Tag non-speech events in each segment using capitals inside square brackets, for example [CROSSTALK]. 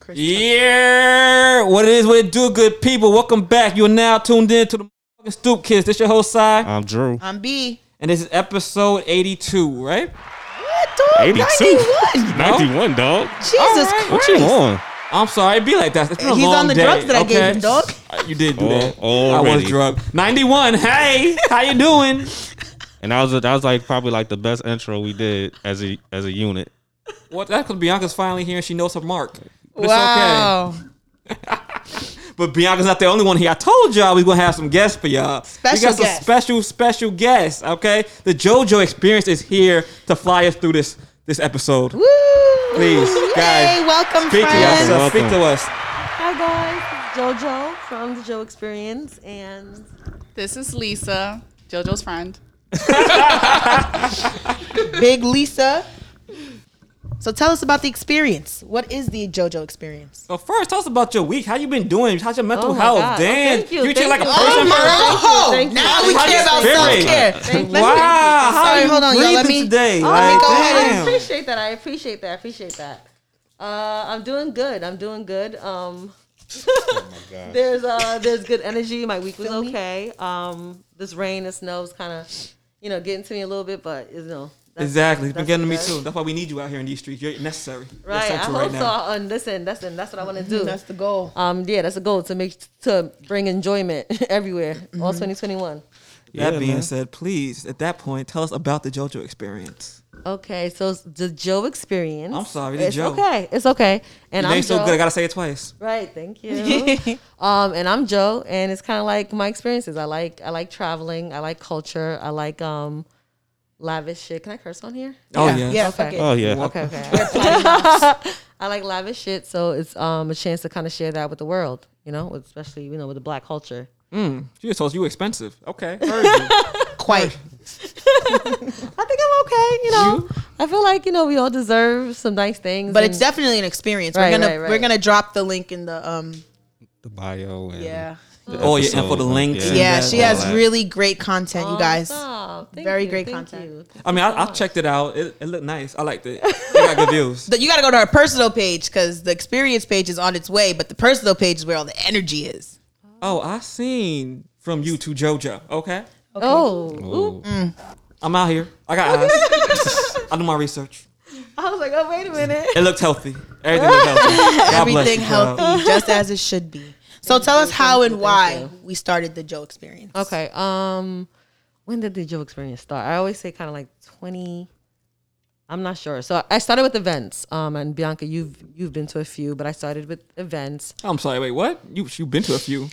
Chris. Yeah, what it is, what it do, good people. Welcome back. You are now tuned in to the motherfucking Stoop Kids. This your host side, I'm Drew. I'm B. and this is episode eighty-two, right? What, dog? 82. 91. 91, dog. Jesus right. Christ. What you on? I'm sorry, it be like that. It's been a He's long on the day, drugs that I gave okay? Uh, him, dog. You did do Al- that. I was already. drugged. Ninety-one. Hey, how you doing? And that was that was like probably like the best intro we did as a as a unit. What? That's because Bianca's finally here and she knows her mark. But it's Wow. okay. But Bianca's not the only one here. I told y'all we gonna have some guests for y'all. we Special got some guests. special, special guests. Okay, the JoJo experience is here to fly us through this this episode. Woo. Please, Yay, guys, welcome, Speak to friends. us. uh, Welcome. Speak to us. Hi guys, it's JoJo from the Joe Experience, and This is Lisa, JoJo's friend. Big Lisa. So tell us about the experience. What is the JoJo experience? So first, tell us about your week. How you been doing? How's your mental Oh my health? God. Oh, Damn, thank you, treat thank like a you. person Oh my first. God. Oh, Thank you, now thank we you. care about How's your self spirit? care. thank Wow, how Sorry, you hold on, y'all. Let breathing me- let today. me like, go ahead I damn. appreciate that. I appreciate that. I appreciate that. Uh, I'm doing good. I'm doing good. Um, Oh [LAUGHS] there's uh, there's good energy. My week was okay. Um, this rain and snow is kind of, you know, getting to me a little bit, but you know. that's- Exactly, it's been that's getting to me good. too. That's why we need you out here in these streets. You're necessary. You're Right, I essential hope right so. now. And listen, listen, that's what I want to do. That's the goal. Um, yeah, that's a goal to make to bring enjoyment [LAUGHS] everywhere, all 2021. That Yeah, being man. said, please, at that point, tell us about the JoJo experience. Okay, so it's the Joe experience. I'm sorry, the it's Joe. okay. It's okay. And Your I'm name's so Joe. good, I gotta say it twice. right, [LAUGHS] thank you. um, and I'm Joe, and it's kind of like my experiences. I like I like traveling. I like culture. I like um, lavish shit. Can I curse on here? Oh yeah. yeah. Yeah, Okay. fuck it. Oh yeah. Okay, [LAUGHS] okay. I like lavish shit, so it's um a chance to kind of share that with the world. You know, especially you know with the black culture. She just told you you expensive. Okay. Heard you. Quite. I think I'm okay. You know, I feel like you know we all deserve some nice things. But and- it's definitely an experience. Right, we're gonna right, right. we're gonna drop the link in the um The bio and yeah. Oh, yeah, and for the episode, links yeah. and Yeah, that- she all has that. really great content, you guys. Awesome. Thank Very you, great thank content. you. I mean, [LAUGHS] I, I checked it out. It, it looked nice. I liked it. It got good [LAUGHS] views. But you gotta go to our personal page because the experience page is on its way, but the personal page is where all the energy is. Oh, I seen from you to JoJo. Okay. Oh, Ooh. I'm out here. I got [LAUGHS] eyes. I do my research. I was like, oh wait a minute. It looked healthy. Everything [LAUGHS] looked healthy. God bless Everything you, girl. [LAUGHS] healthy, just as it should be. So tell us how and why we started the Joe experience. Okay. Um, when did the Joe experience start? I always say kind of like twenty. I'm not sure. So I started with events. Um, and Bianca, you've you've been to a few, but I started with events. I'm sorry. Wait, what? You you been to a few?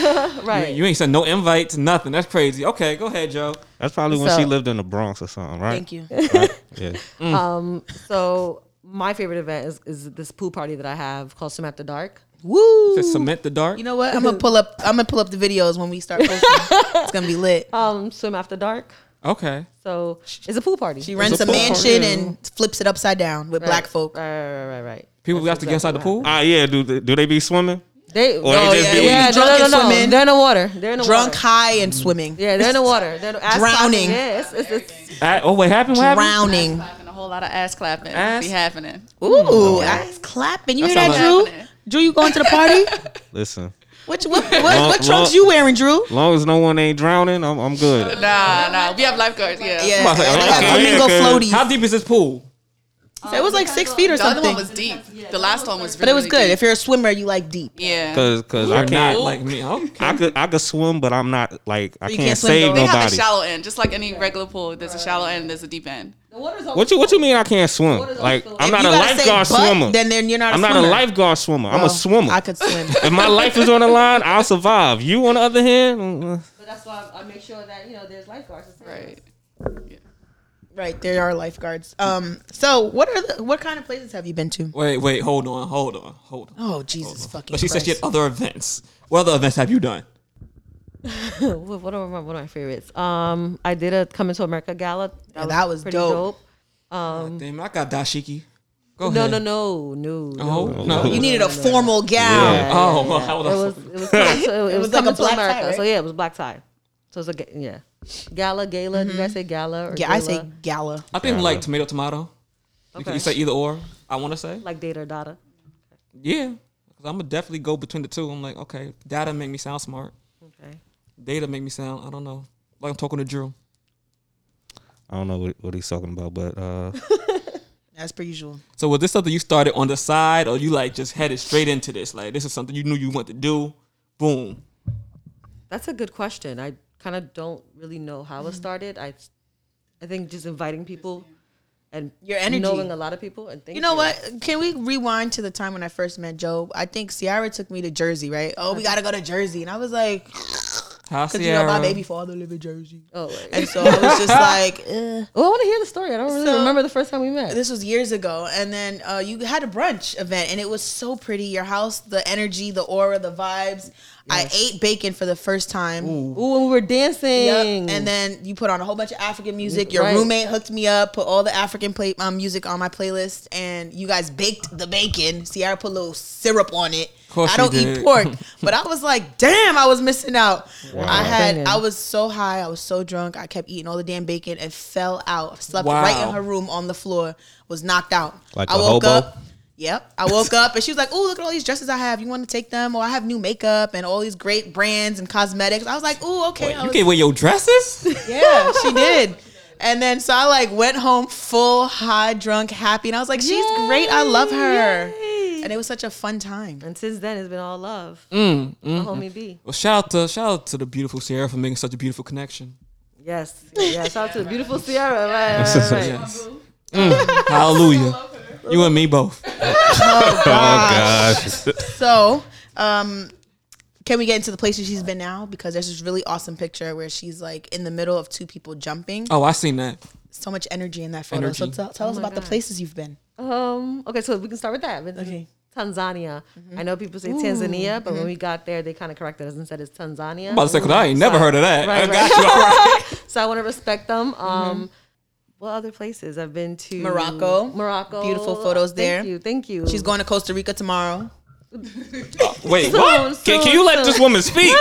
Right. You ain't sent no invites, nothing. That's crazy. Okay, go ahead, Joe. That's probably when So- she lived in the Bronx or something, right? Thank [LAUGHS] you. Yeah. [LAUGHS] um. So my favorite event is is this pool party that I have called Swim After Dark. Woo! To cement the dark. You know what? I'm [LAUGHS] gonna pull up. I'm gonna pull up the videos when we start posting. it's gonna be lit. Um, Swim After Dark. okay. So it's a pool party. She rents a pool mansion party. and flips it upside down with black folk. Right, right, right, right, right. People got to get inside the pool. Ah, yeah. Do they- do they be swimming? They, Or they no, just yeah, be yeah, Oh, drunk no, no, and no, no. swimming. They're in the water. They're in the Drunk, water. high, and swimming. Yeah, they're in the water. They're in the ass Drowning. clapping. Yeah, it's, it's, it's, Ah, oh, what happened? What happened? Drowning. Clapping, a whole lot of ass clapping Ass- be happening. Ooh, ass clapping. You hear That that, sound Drew? like- Drew, you going to the [LAUGHS] party? Listen, What what what, Long- what trunks long- you wearing, Drew? long as no one ain't drowning, I'm I'm good. Nah, nah. We have lifeguards. Yeah. Yeah, on, they okay, got okay. flamingo Okay. floaties. How deep is this pool? So it was like six feet or The other something, one was deep. The last one was. Really, but it was really good. deep. If you're a swimmer, you like deep. yeah. Cause, cause I You're not can't. like me. Okay. I could I could swim, but I'm not like I You can't, can't swim, save though. They have a nobody. shallow end, just like any regular pool. There's a shallow end. There's a deep end. What you what you mean I can't swim? Like I'm not You a gotta say lifeguard butt, swimmer. Then then you're not. I'm a not swimmer. a lifeguard swimmer. I'm Well, a swimmer. Oh, I could [LAUGHS] swim. if my life is on the line, I'll survive. You, on the other hand, mm, but that's why I make sure that you know there's lifeguards. Right. right, there are lifeguards. Um, so what are the, what kind of places have you been to? Wait, wait, hold on, hold on, hold on. Oh Jesus fucking! But she said she had Christ. other events. What other events have you done? What what are my, one of my favorites? Um, I did a Coming to America gala. Yeah, that was pretty Um, dope. Mm. Damn, I got dashiki. Go No, ahead. no, no, no, no. Oh, no. You needed a formal gown. Yeah. Oh, well, how It was [LAUGHS] I was it [LAUGHS] was coming to, it, was was like coming a to black tie, America. right? So yeah, it was black tie. So it's a ga- yeah, gala gala. Do you guys say gala? Or Mm-hmm. Yeah, I gala? say gala. I think like tomato, tomato. You, can, you say either or. I want to say. like data or data. Yeah, because I'm gonna definitely go between the two. I'm like, okay, data make me sound smart. Okay. Data make me sound. I don't know. Like I'm talking to Drew. I don't know what, what he's talking about, but uh, As per usual. So was this something you started on the side, or you like just headed straight into this? Like this is something you knew you want to do. Boom. That's a good question. I kind of don't really know how Mm-hmm. it started. I, I think just inviting people, and Your energy. knowing a lot of people, and You know what? Can we rewind to the time when I first met Joe? I think Ciara took me to Jersey, right? Oh, we gotta go to Jersey, and I was like, Hi, because you know my Ciara. baby father live in Jersey, Oh, wait. and [LAUGHS] so I was just like, eh. well, Oh, I want to hear the story. I don't really So- remember the first time we met. this was years ago, and then uh, you had a brunch event, and it was so pretty. Your house, the energy, the aura, the vibes. I ate bacon for the first time. Ooh, when we were dancing, Yep. And then you put on a whole bunch of African music. Your Right. roommate hooked me up, put all the African play, um, music on my playlist, and you guys baked the bacon. Sierra put a little syrup on it. course I don't you eat did. [LAUGHS] pork, but I was like, damn, I was missing out. I had, Banging. I was so high, I was so drunk, I kept eating all the damn bacon and fell out. Slept Wow. right in her room on the floor, was knocked out. Like I a woke hobo? up. Yep. I woke up and she was like, "Ooh, look at all these dresses I have. You want to take them? Or I have new makeup and all these great brands and cosmetics." I was like, "Ooh, okay." I You was can wear your dresses. [LAUGHS] yeah, she did. And then so I like went home full high, drunk, happy, and I was like, "She's great. I love her." And it was such a fun time. and since then, it's been all love. My homie B. well, shout out to shout out to the beautiful Sierra for making such a beautiful connection. Yes. Yeah. Shout out to the beautiful [LAUGHS] Sierra. Right, right, right, right. Yes. Mm, hallelujah. You and me both. [LAUGHS] [LAUGHS] So, um, can we get into the places she's been now? Because there's this really awesome picture where she's like in the middle of two people jumping. Oh, I seen that. So much energy in that photo. So Energy. tell, tell us about the places you've been. Um. Okay, so we can start with that. With Okay. Tanzania. I know people say Tanzania, but when we got there, they kind of corrected us and said it's Tanzania. I'm about to say, 'cause I ain't never heard of that. [LAUGHS] Right, I right. got you. All right. [LAUGHS] So I want to respect them. Um, what other places I've been to? Morocco. Morocco. Beautiful photos there. Thank you. Thank you. She's going to Costa Rica tomorrow. Wait, Soon, what? can, soon, can you let soon. this [LAUGHS] woman speak?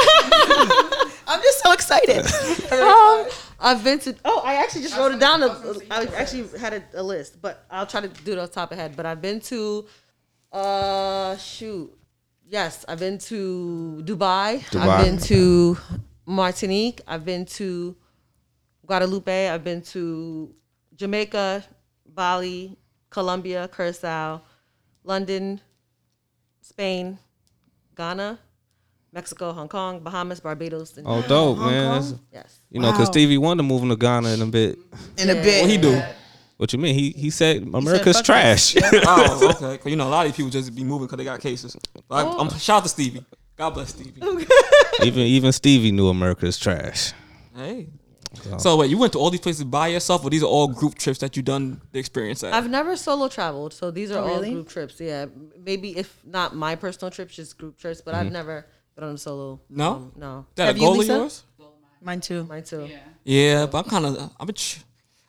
I'm just so [LAUGHS] excited. Um, I've been to. Oh, I actually just wrote it down. I actually had a, a list, but I'll try to do it off the top of head. But I've been to. Uh, shoot. Yes, I've been to Dubai. Dubai. I've been to Martinique. I've been to Guadeloupe. I've been to Jamaica, Bali, Colombia, Curacao, London, Spain, Ghana, Mexico, Hong Kong, Bahamas, Barbados, and Oh, dope, man. That's- yes. you know, because Wow. Stevie Wonder moving to Ghana in a bit. In a bit. What he do? What you mean? He he said America's "Fuck trash. [LAUGHS] Oh, okay. 'Cause you know, a lot of these people just be moving because they got cases. Like, Oh. I'm, shout out to Stevie. God bless [LAUGHS] Stevie. [LAUGHS] even even Stevie knew America's trash. Hey. So wait, you went to all these places by yourself, or these are all group trips that you done the experience at? I've never solo traveled, so these are Oh, all really? group trips. Yeah, maybe if not my personal trips, just group trips. But I've never been on a solo. No? um, no, that Have a you, goal of Lisa? yours? Mine too. mine too. Yeah, but I'm kind of I've been tr-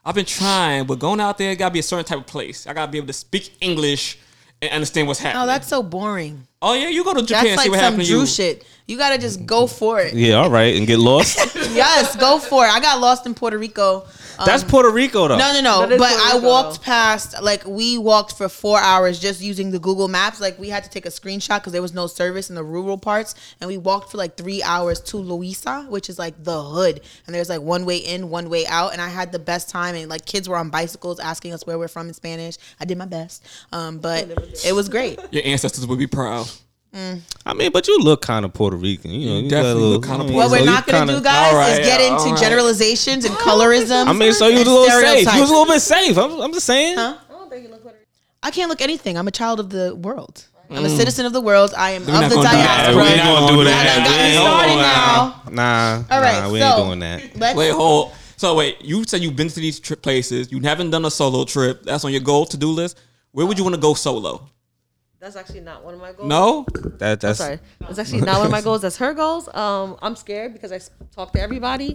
I've been trying, but going out there gotta be a certain type of place. I gotta be able to speak English and understand what's happening. Oh, Oh, that's so boring. yeah, you go to Japan, That's and see like what some happens. to Drew you. shit. You gotta just go for it. Yeah, all right, and get lost. [LAUGHS] yes, go for it. I got lost in Puerto Rico. Um, That's Puerto Rico though. no, no, no. That is But Puerto I Rico, walked though. past, like, we walked for four hours just using the Google Maps. Like, we had to take a screenshot because there was no service in the rural parts. And we walked for like three hours to Luisa, which is like the hood. And there's like one way in, one way out. And I had the best time. And like, kids were on bicycles asking us where we're from in Spanish. I did my best. Um, but it was great. Your ancestors would be proud. I mean, but you look kind of Puerto Rican. You know, you got a definitely little- look kinda I mean, What Well, so we're you not going to kinda- do, guys, All right, is get yeah, into all right. generalizations and colorism. I mean, so you was and a little safe. You was stereotypes. a little bit safe. I'm, I'm just saying. Huh? I don't think you look Puerto Rican. I can't look anything. I'm a child of the world. I'm a citizen of the world. I am Mm. not of the gonna do that. diaspora. We ain't gonna do that. I done got We me ain't started gonna- now. Nah, All right, nah, we so- ain't doing that. Let's, Wait, hold. So wait, you said you've been to these trip places. You haven't done a solo trip. That's on your goal to do list. Where would you want to go solo? That's actually not one of my goals. No. That that's sorry, that's actually not one of my goals. That's her goals. Um, I'm scared because I s- talk to everybody.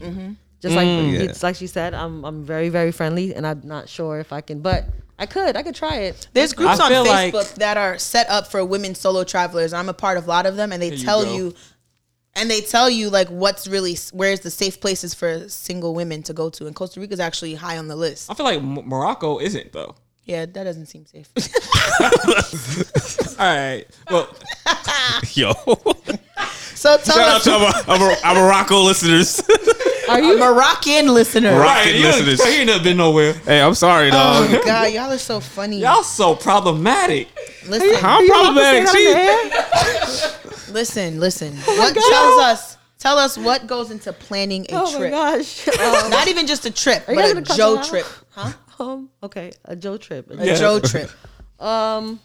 Just like yeah. it's like she said, I'm I'm very very friendly, and I'm not sure if I can, but I could I could try it. there's groups I on feel Facebook like- that are set up for women solo travelers. I'm a part of a lot of them, and they you tell go. you, and they tell you like what's really where's the safe places for single women to go to. And Costa Rica's actually high on the list. I feel like M- Morocco isn't though. Yeah, that doesn't seem safe. [LAUGHS] All right. Well, [LAUGHS] Yo, So tell shout out us, to our, our, our Morocco listeners. Are [LAUGHS] you? Moroccan listener. Morocco- right. You ain't, listeners. you ain't never been nowhere. [LAUGHS] hey, I'm sorry, dog. Oh God, y'all are so funny. Y'all so problematic. Listen, How problematic? Say She, that on the air? listen, listen. Oh What tells us? Tell us what goes into planning a Oh my trip. gosh. Um, Not even just a trip, you but guys a gonna cut Joe that out? trip, huh? um, okay, a Joe trip. A Joe trip. Um,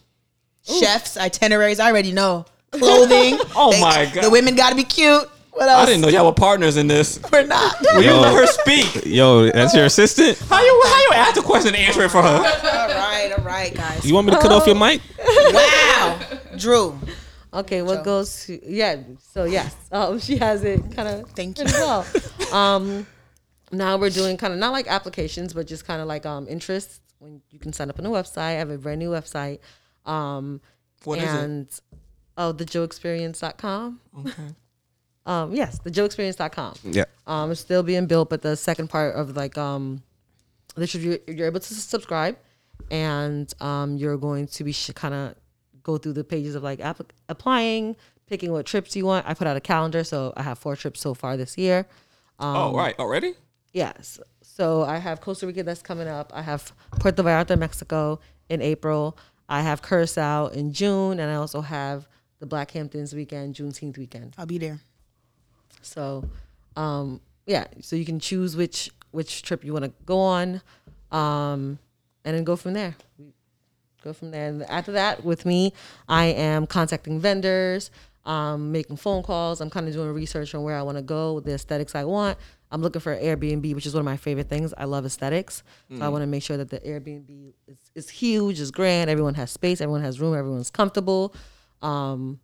Chefs, itineraries. I already know. Clothing. Oh my God. The women got to be cute. What else? I didn't know y'all were partners in this. We're not. Will you Yo. let her speak? yo, that's your assistant. How you how you ask a question and answer it for her? all right, all right, guys. You want me to cut off your mic? Wow, Drew. okay, what Joe. goes to yeah? So yes, [LAUGHS] um, she has it kind of Thank pretty you. [LAUGHS] well. Um, now we're doing kind of not like applications, but just kind of like um interests. When you can sign up on a website, I have a brand new website. Um, What is it? and oh, thejoeexperience.com. Okay. [LAUGHS] Um, yes, thejoeexperience.com. Yeah. Um, it's still being built, but the second part of like um, this is- you're, you're able to subscribe, and um, you're going to be sh- kind of go through the pages of like app- applying, picking what trips you want. I put out a calendar, so I have four trips so far this year. Oh right, already? Yes. So I have Costa Rica that's coming up. I have Puerto Vallarta, Mexico in April. I have Curacao in June, and I also have the Black Hamptons weekend, Juneteenth weekend. I'll be there. So, um, yeah, so you can choose which which trip you want to go on, um, and then go from there. Go from there. And after that, with me, I am contacting vendors, um, making phone calls. I'm kind of doing research on where I want to go, the aesthetics I want. I'm looking for Airbnb, which is one of my favorite things. I love aesthetics, so I want to make sure that the Airbnb is, is huge, is grand. Everyone has space, everyone has room, everyone's comfortable. Um,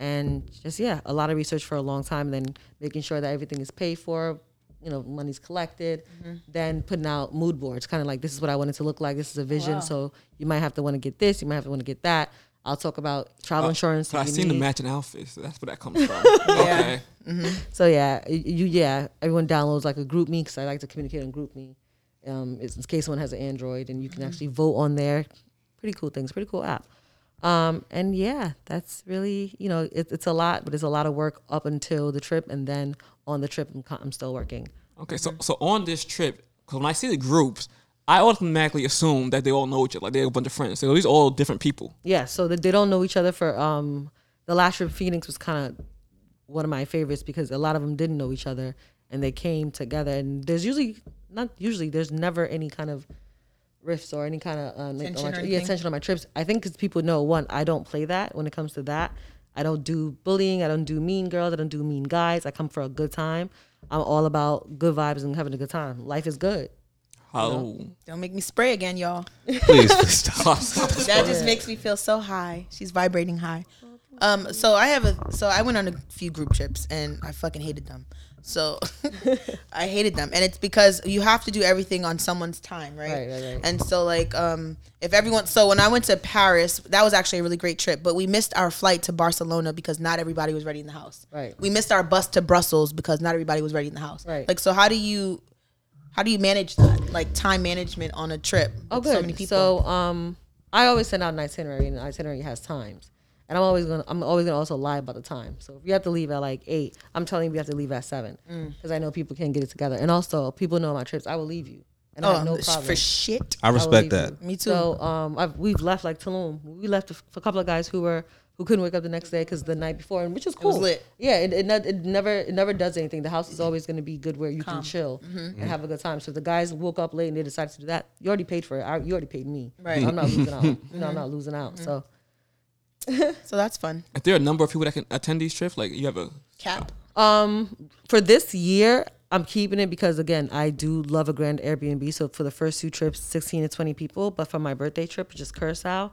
and just yeah, a lot of research for a long time. Then making sure that everything is paid for, you know, money's collected. Then putting out mood boards, kind of like this is what I want it to look like. This is a vision. So you might have to want to get this. You might have to want to get that. I'll talk about travel insurance. So I if you Uh, seen the need. matching outfits. So that's where that comes from. Okay. So yeah, y- you yeah, everyone downloads like a group me because I like to communicate on group me. Um, it's- in case someone has an Android and you can actually vote on there. Pretty cool things. Pretty cool app. Um, and yeah, that's really you know it, it's a lot, but it's a lot of work up until the trip, and then on the trip I'm, co- I'm still working. Okay, so Mm-hmm. so on this trip, because when I see the groups, I automatically assume that they all know each other. Like they're a bunch of friends. So these are all different people. Yeah, so that they don't know each other for um the last trip Phoenix was kind of one of my favorites because a lot of them didn't know each other and they came together and there's usually not usually there's never any kind of rifts or any kind of uh, like, Tension on or my, yeah anything? tension on my trips. I think because people know one, I don't play that when it comes to that. I don't do bullying. I don't do mean girls. I don't do mean guys. I come for a good time. I'm all about good vibes and having a good time. Life is good. Hello. [LAUGHS] Don't make me spray again, y'all. Please, please stop. That just makes me feel so high. She's vibrating high. Um, so I have a so I went on a few group trips and I fucking hated them. So [LAUGHS] I hated them, and it's because you have to do everything on someone's time, right? Right, right, right. And so like um, if everyone, so when I went to Paris, that was actually a really great trip, but we missed our flight to Barcelona because not everybody was ready in the house. Right. We missed our bus to Brussels because not everybody was ready in the house. Right. Like so, how do you? How do you manage that, like time management on a trip? Oh, with good. So many people. So, um, I always send out an itinerary, and the itinerary has times. And I'm always gonna, I'm always gonna also lie about the time. So if you have to leave at like eight, I'm telling you we have to leave at seven, Mm. because I know people can't get it together. And also, people know my trips. I will leave you, and I have no Oh, sh- problem. for shit. I I will respect leave that. you. Me too. So um, I've, we've left like Tulum. We left f- for a couple of guys who were who couldn't wake up the next day because the night before, and which is cool. was lit. Yeah, it, it, ne- it never it never does anything. The house is always going to be good where you can chill Mm-hmm. Mm-hmm. and have a good time. So if the guys woke up late and they decided to do that, you already paid for it. I, you already paid me. Right. Mm-hmm. I'm not losing out. You know, I'm not losing out. So So that's fun. Is there a number of people that can attend these trips? Like you have a Cap. Um, for this year, I'm keeping it because again, I do love a grand Airbnb. So for the first two trips, 16 to 20 people. But for my birthday trip, which is Curacao,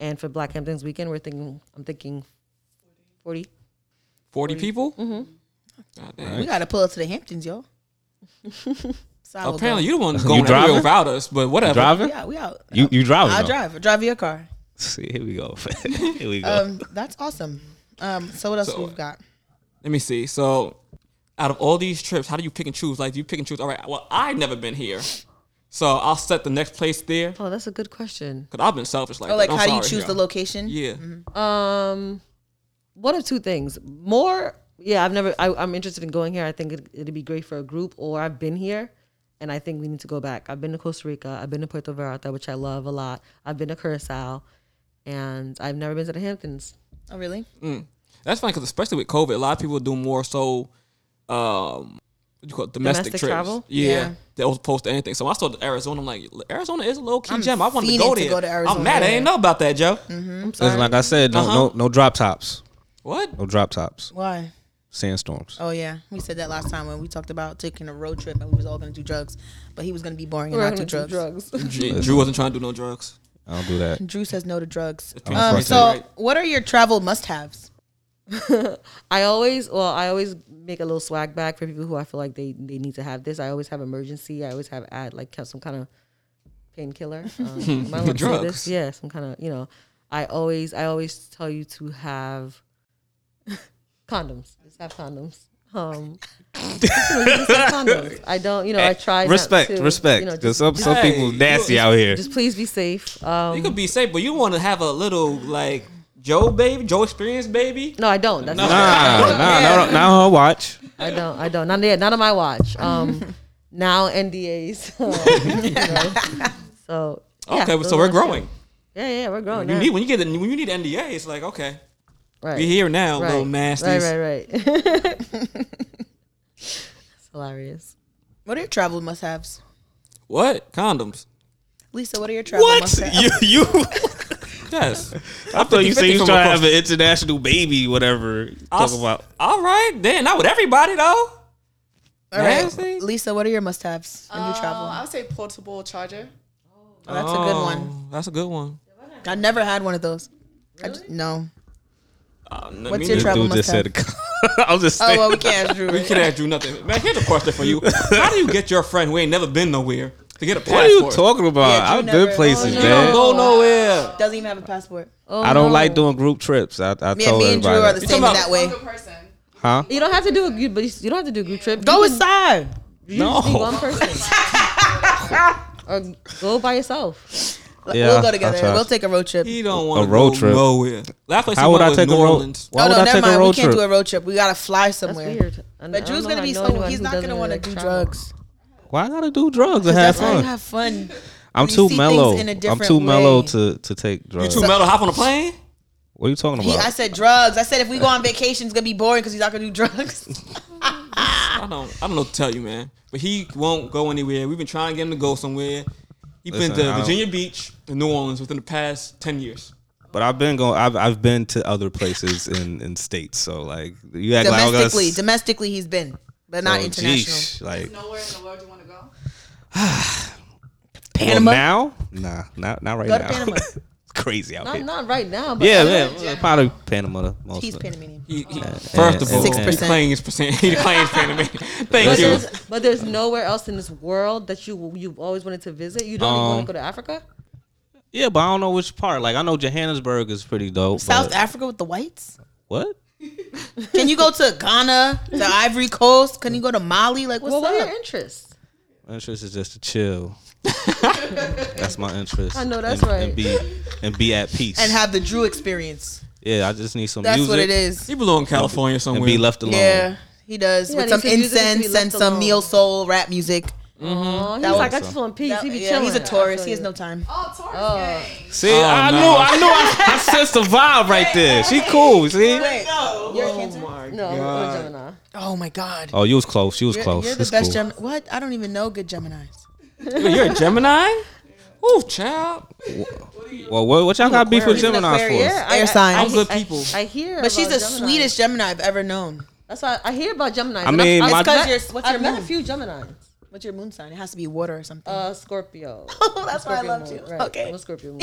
and for Blackhampton's weekend, we're thinking I'm thinking 40. 40 people? Mm-hmm. God damn. We gotta pull up to the Hamptons, yo. so I will go. Apparently, you the one going driving? everywhere without us, but whatever. Driving? we out. We out. You you driving? I'll though. drive. I'll drive your car. See, here we go. [LAUGHS] here we go. Um, that's awesome. Um, so what else So- we've got? Let me see. So, out of all these trips, how do you pick and choose? Like, do you pick and choose? All right, well, I've never been here. So I'll set the next place there. Oh, that's a good question. Cause I've been selfish like Or like, that. I'm how do you sorry. choose the Mm-hmm. location? Yeah. Um, one of two things. More, yeah. I've never. I, I'm interested in going here. I think it, it'd be great for a group. Or I've been here, and I think we need to go back. I've been to Costa Rica. I've been to Puerto Vallarta, which I love a lot. I've been to Curacao, and I've never been to the Hamptons. Oh, really? That's fine because especially with COVID, a lot of people do more so, um, what you call it, domestic, Domestic trips. travel? Yeah, Yeah. they was post to anything. So when I saw Arizona. I'm like, Arizona is a low key I'm gem. I want to fiending go to there. go to I'm mad. I Arizona. ain't know about that, Joe. I'm sorry. Listen, like I said, Uh-huh. no, no, no drop tops, What? no drop tops, Why? sandstorms. Oh yeah, we said that last time when we talked about taking a road trip and we was all gonna do drugs, but he was gonna be boring and We're not do gonna do drugs. [LAUGHS] drugs. Drew Drew wasn't trying to do no drugs. I don't do that. Drew says no to drugs. It's pretty Um, crazy, so, right? what are your travel must-haves? I always well, I always make a little swag bag for people who I feel like they they need to have this. I always have emergency. I always have add like ca- some kind of painkiller. Um, am I allowed to say drugs. this? Yeah, some kind of you know. I always I always tell you to have [LAUGHS] condoms. Just have condoms. Um, you know, just have condoms. I don't, you know, I try not Respect, to, respect. You know, 'cause just, some some Hey, people you- nasty out here. just please be safe. You Um, could be safe, but you want to have a little like Joe baby, Joe experience baby. no, I don't. That's nah, nah, nah, nah, nah, her watch. I don't. I don't. Not yet. Not on my watch. [LAUGHS] Um, now NDAs. [LAUGHS] you know. So yeah, Okay, those so we're are my two. growing. Yeah, yeah, we're growing. You yeah. need when you get the, when you need NDA, it's like okay, right. we here now, right. little nasties. Right, right, right. [LAUGHS] it's hilarious. What are your travel must-haves? What condoms? Lisa, what are your travel must-haves? you? [LAUGHS] you Yes. [LAUGHS] I thought you said 50-50 you was from trying to across- have an international baby, whatever. you I'll- Talk about. All right, then not with everybody though. All right. Nasty. Lisa, what are your must-haves when you travel? I would Oh, say portable charger. Oh, that's a good one. That's a good one. Oh. I never had one of those. I just, no. Uh, What's your your travel Dude just must-have? said. [LAUGHS] I'm just Oh saying. well, [LAUGHS] we can't ask Drew. We can ask Drew nothing. Man, here's a question for [LAUGHS] you. How do you get your friend who ain't never been nowhere to get a passport? what are you talking about? Yeah, Drew I've never- been places, Oh, You don't man. go nowhere. Doesn't even have a passport. Oh, I don't no. like doing group trips. I, I Me, told me and Drew everybody. are the that. You same in talking that way. Single person. huh? You don't have to do a group, but you, you don't have to do a group trip. Go you inside. can- you just be No. [LAUGHS] one person. or go by yourself. Like, Yeah, we'll go I'll together. try. We'll take a road trip. He don't want to road go trip. nowhere. Last place How would I take a New road? Orleans. Oh, Why would I take a We road can't do a trip? road trip. We gotta fly That's somewhere. weird. I- I But Drew's gonna don't know- I be know so anyone he's who not doesn't gonna want to like do travel. drugs. Why I gotta do drugs and have That's why you fun? have fun. I'm you see too things mellow. in a I'm different too mellow way. to to take drugs. Two metal hop on a plane. What are you talking He, I about? said drugs. I said if we go on vacation, it's gonna be boring because he's not gonna do [LAUGHS] drugs. I don't. I don't know what to tell you, man. But he won't go anywhere. We've been trying to get him to go somewhere. He has been Listen, I to don't- Virginia Beach and New Orleans within the past ten years. But I've been going. I've I've been to other places in in states. So like you act like I'm gonna. domestically, domestically, he's been, but not oh, international. jeesh, like Nowhere in the world you want to go. well, Panama. now? Nah, not not right Go to now. [LAUGHS] Panama. crazy out Not, here. not right now, but Yeah, man. Probably Panama. the Most he's of it. Panamanian. He, Uh, he, first of all, Six he percent. claims percent. [LAUGHS] He claims Panama. Thank But you. there's, but there's nowhere else in this world that you you've always wanted to visit. You don't even want Um, to go to Africa. Yeah, but I don't know which part. Like I know Johannesburg is pretty dope. South but- Africa with the whites? What? Can you go to Ghana, the Ivory Coast? Can you go to Mali? Like what's Well, what are up? your interests? My interest is just to [LAUGHS] chill. that's my interest. I know that's and, right. And be and be at peace. And have the Drew experience. yeah, I just need some That's music. what it is. He belong in California somewhere. And be left alone. Yeah, he does Yeah, with they some said music has to be incense left and some alone. neo soul rap music. Oh, he's That like, was- I just want peace. he be Yeah, chilling. he's a I Taurus. He feel has you. no time. Oh, Taurus gang. See, Oh, I no. knew, I knew, I, I sensed the vibe right there. She cool. See. Wait, you're a Cancer. No, I'm a Gemini. Oh my God. Oh, you was close. She was You're, close. you're the It's best cool. Gemini. What? I don't even know good Geminis. Yo, You're a [LAUGHS] Gemini? Ooh, child. well, what, what y'all got beef with She's an Gemini's for? Aquarius. Yeah, Air sign. I'm good I- people. I, hear, But she's about the Gemini. sweetest Gemini I've ever known. That's why I hear about Gemini. I mean, I've, my- It's I've 'cause met, you're- what's I've your met a moon? few Geminis. What's your moon sign? It has to be water or something. Uh, Scorpio. [LAUGHS] that's why I loved you. Right. Okay. I'm a Scorpio. moon.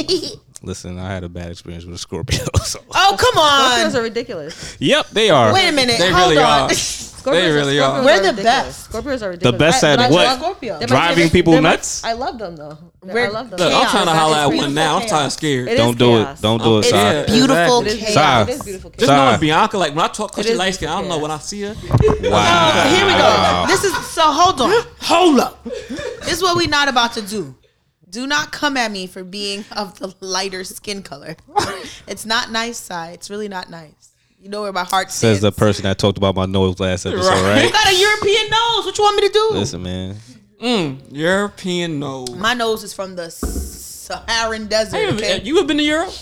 Listen, I had a bad experience with a Scorpio. [LAUGHS] So. [LAUGHS] oh come Scorpios on! are ridiculous. Yep, they are. Wait a minute. They Hold [LAUGHS] really on. are. Scorpios are- really are. Scorpios We're the ridiculous. best. Scorpios are ridiculous. best I- at but I what? love- Scorpio. they're my Driving favorite- people they're my- nuts? I love them though. I We're- love them. Look, I'm Chaos. trying to holler at It's one now. beautiful I'm kind of chaos. scared. It is Don't do it. chaos. Don't do it. It's Yeah, Sorry. beautiful exactly. It is chaos. beautiful. It is beautiful. Just chaos. knowing Sigh. Bianca, like when I talk, cause It she is light skin. I don't know chaos. when I see her. Wow. Here we go. This is so. Hold on. Hold up. This is what we not about to do. Do not come at me for being of the lighter skin color. [LAUGHS] It's not nice, Sai. It's really not nice. You know where my heart Says stands. the person that talked about my nose last episode, Right. right? You [LAUGHS] got a European nose. What you want me to do? Listen, man. Mm, European nose. My nose is from the Saharan desert. Hey, you- okay? You have been to Europe?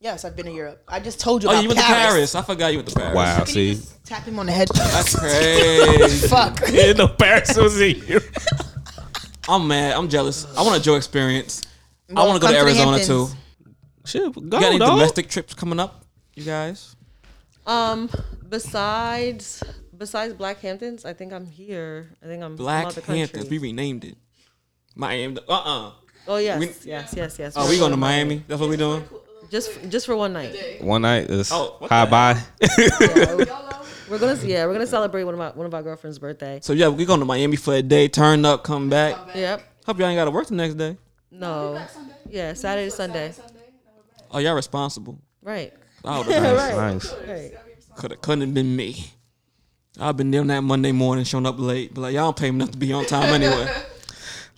yes, I've been to Europe. I just told you Oh, about you went to Paris. Paris. I forgot you went to Paris. Wow. Can you See, just tap him on the [LAUGHS] head? That's crazy. [LAUGHS] Fuck. yeah, no, Paris was in you. I'm mad. I'm jealous. I want a Joe experience. I want to go come to to the Arizona too. Hamptons. Shit, go, You got any dog. domestic trips coming up, you guys? Um, besides besides Black Hamptons, I think I'm here. I think I'm from Black other country. Hamptons. We renamed it. Miami. Uh uh Oh yes, we- yes, yes, yes. Oh, We're we going to Miami? That's what we doing? Just just for one night. One night is Oh, what high the by. We're gonna yeah, we're gonna celebrate one of my one of our girlfriend's birthday. So yeah, we going to Miami for a day. Turn up, come back. Yep. Hope y'all ain't got to work the next day. No. Yeah, Saturday, Sunday. Oh, y'all responsible. Right. I would have [LAUGHS] Nice. Right. Could couldn't have been me. I've been doing that Monday morning, showing up late, but like y'all don't pay me enough to be on time [LAUGHS] anyway.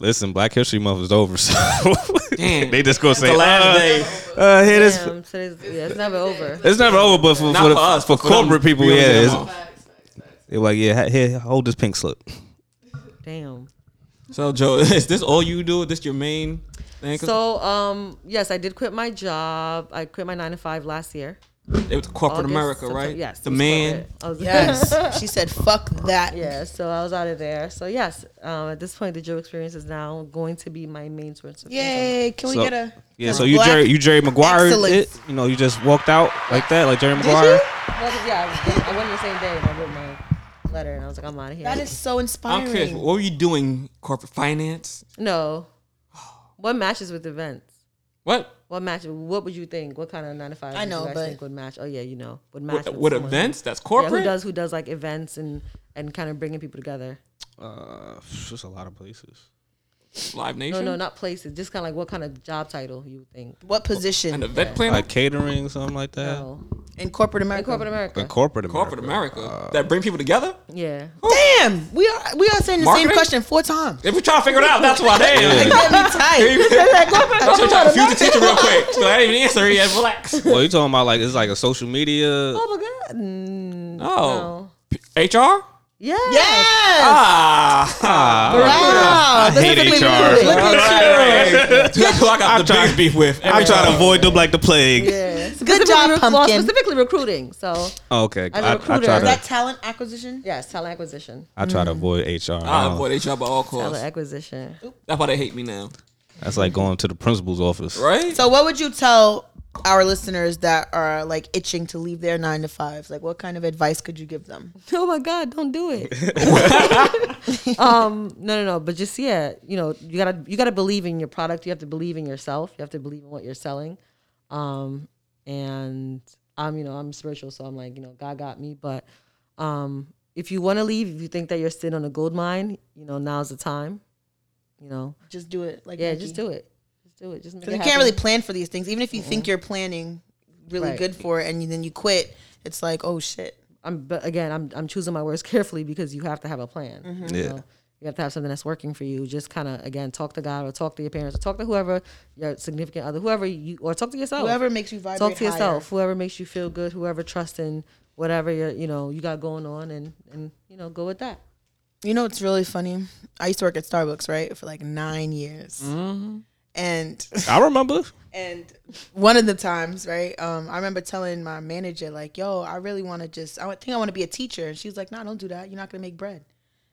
Listen, Black History Month is over, [LAUGHS] so Damn. they just gonna say the last uh, day. Uh, hit us. Damn, today's, yeah, it's never over. It's never over, but for, Not for, the, for us, for but for them corporate people, real yeah, niggas. it's, they're like, yeah, ha- here, hold this pink slip. Damn. So Joe, [LAUGHS] is this all you do? Is this your main thing? 'Cause So um yes, I did quit my job. I quit my nine to five last year. it was corporate August, America, September- right? Yes. The it Oh, was man. corporate. I was- Yes. She said, fuck that. Yeah, so I was out of there. So yes, um, at this point, the Joe experience is now going to be my main source of income. Yay. Can we So- get a. Yeah, a so you black- Jerry, you Jerry Maguire, excellence. it, you know, you just walked out like that, like Jerry Maguire. Well, yeah, I, was, I went the same day and I wrote my letter and I was like, I'm out of here. That is so inspiring. I'm curious. What were you doing? Corporate finance? no. What matches with events? What? What match? What would you think? What kind of nine to five? I would know, you guys but- think would match. Oh yeah, you know, would match What, with what someone. events? That's Yeah, corporate. who does who does like events and and kind of bringing people together? Uh, just a lot of places. Live No, Nation. no, not places. Just kind of like what kind of job title you would think? What An position event planner. Like catering, something like Uh, that. Oh. No, in corporate America? in corporate America. In corporate America. corporate America that bring people together. yeah, Damn, we are we are saying the Marketing? same question four [LAUGHS] times. If we trying to figure it out, that's why. Damn. Get me [LAUGHS] tight. I'm trying to confuse the teacher real quick. So I didn't even answer [LAUGHS] yet. Relax. Well, you talking about like it's like a social media. Oh my god. Mm, Oh. HR. Yeah. Yes. Ah. Wow. I hate HR. uh, Look All at right, all right. That's [LAUGHS] who I got I'm the trying- biggest beef with. I'm trying to avoid them like the plague. Yeah. Good job, Specifically- well, pumpkin. specifically recruiting. So Oh, okay, As a I, I try recruiter, to is that- talent acquisition? yes, talent acquisition. I try Mm. to avoid HR. I I don't- avoid HR by all Talent costs. acquisition. That's why they hate me now, That's like going to the principal's office. right? So, what would you tell our listeners that are like itching to leave their nine to fives? Like, what kind of advice could you give them? Oh my God, don't do it. [LAUGHS] um, no, no, no. But just yeah, you know, you gotta you gotta believe in your product. You have to believe in yourself. You have to believe in what you're selling. Um, and I'm you know I'm spiritual, so I'm like you know God got me. But um, if you want to leave, if you think that you're sitting on a gold mine, you know now's the time. You know, Just do it. Like, yeah, Nikki. just do it. Just do it. Just make it You happen. can't really plan for these things, even if you think you're planning really Right. good for it, and you- then you quit. It's like, oh shit. I'm but again, I'm I'm choosing my words [LAUGHS] carefully because you have to have a plan. Mm-hmm. you Yeah. know? You have to have something that's working for you. Just kind of again, talk to God or talk to your parents or talk to whoever your significant other, whoever you or talk to yourself. Whoever makes you vibrate. talk Oh. to higher. yourself. Whoever makes you feel good. Whoever trusts in whatever you you know you got going on and and you know go with that. You know, it's really funny. I used to work at Starbucks, right, for like nine years, and. [LAUGHS] I remember. And one of the times, right, um, I remember telling my manager, like, yo, I really want to just, I think I want to be a teacher. And she was like, no, don't do that. You're not going to make bread.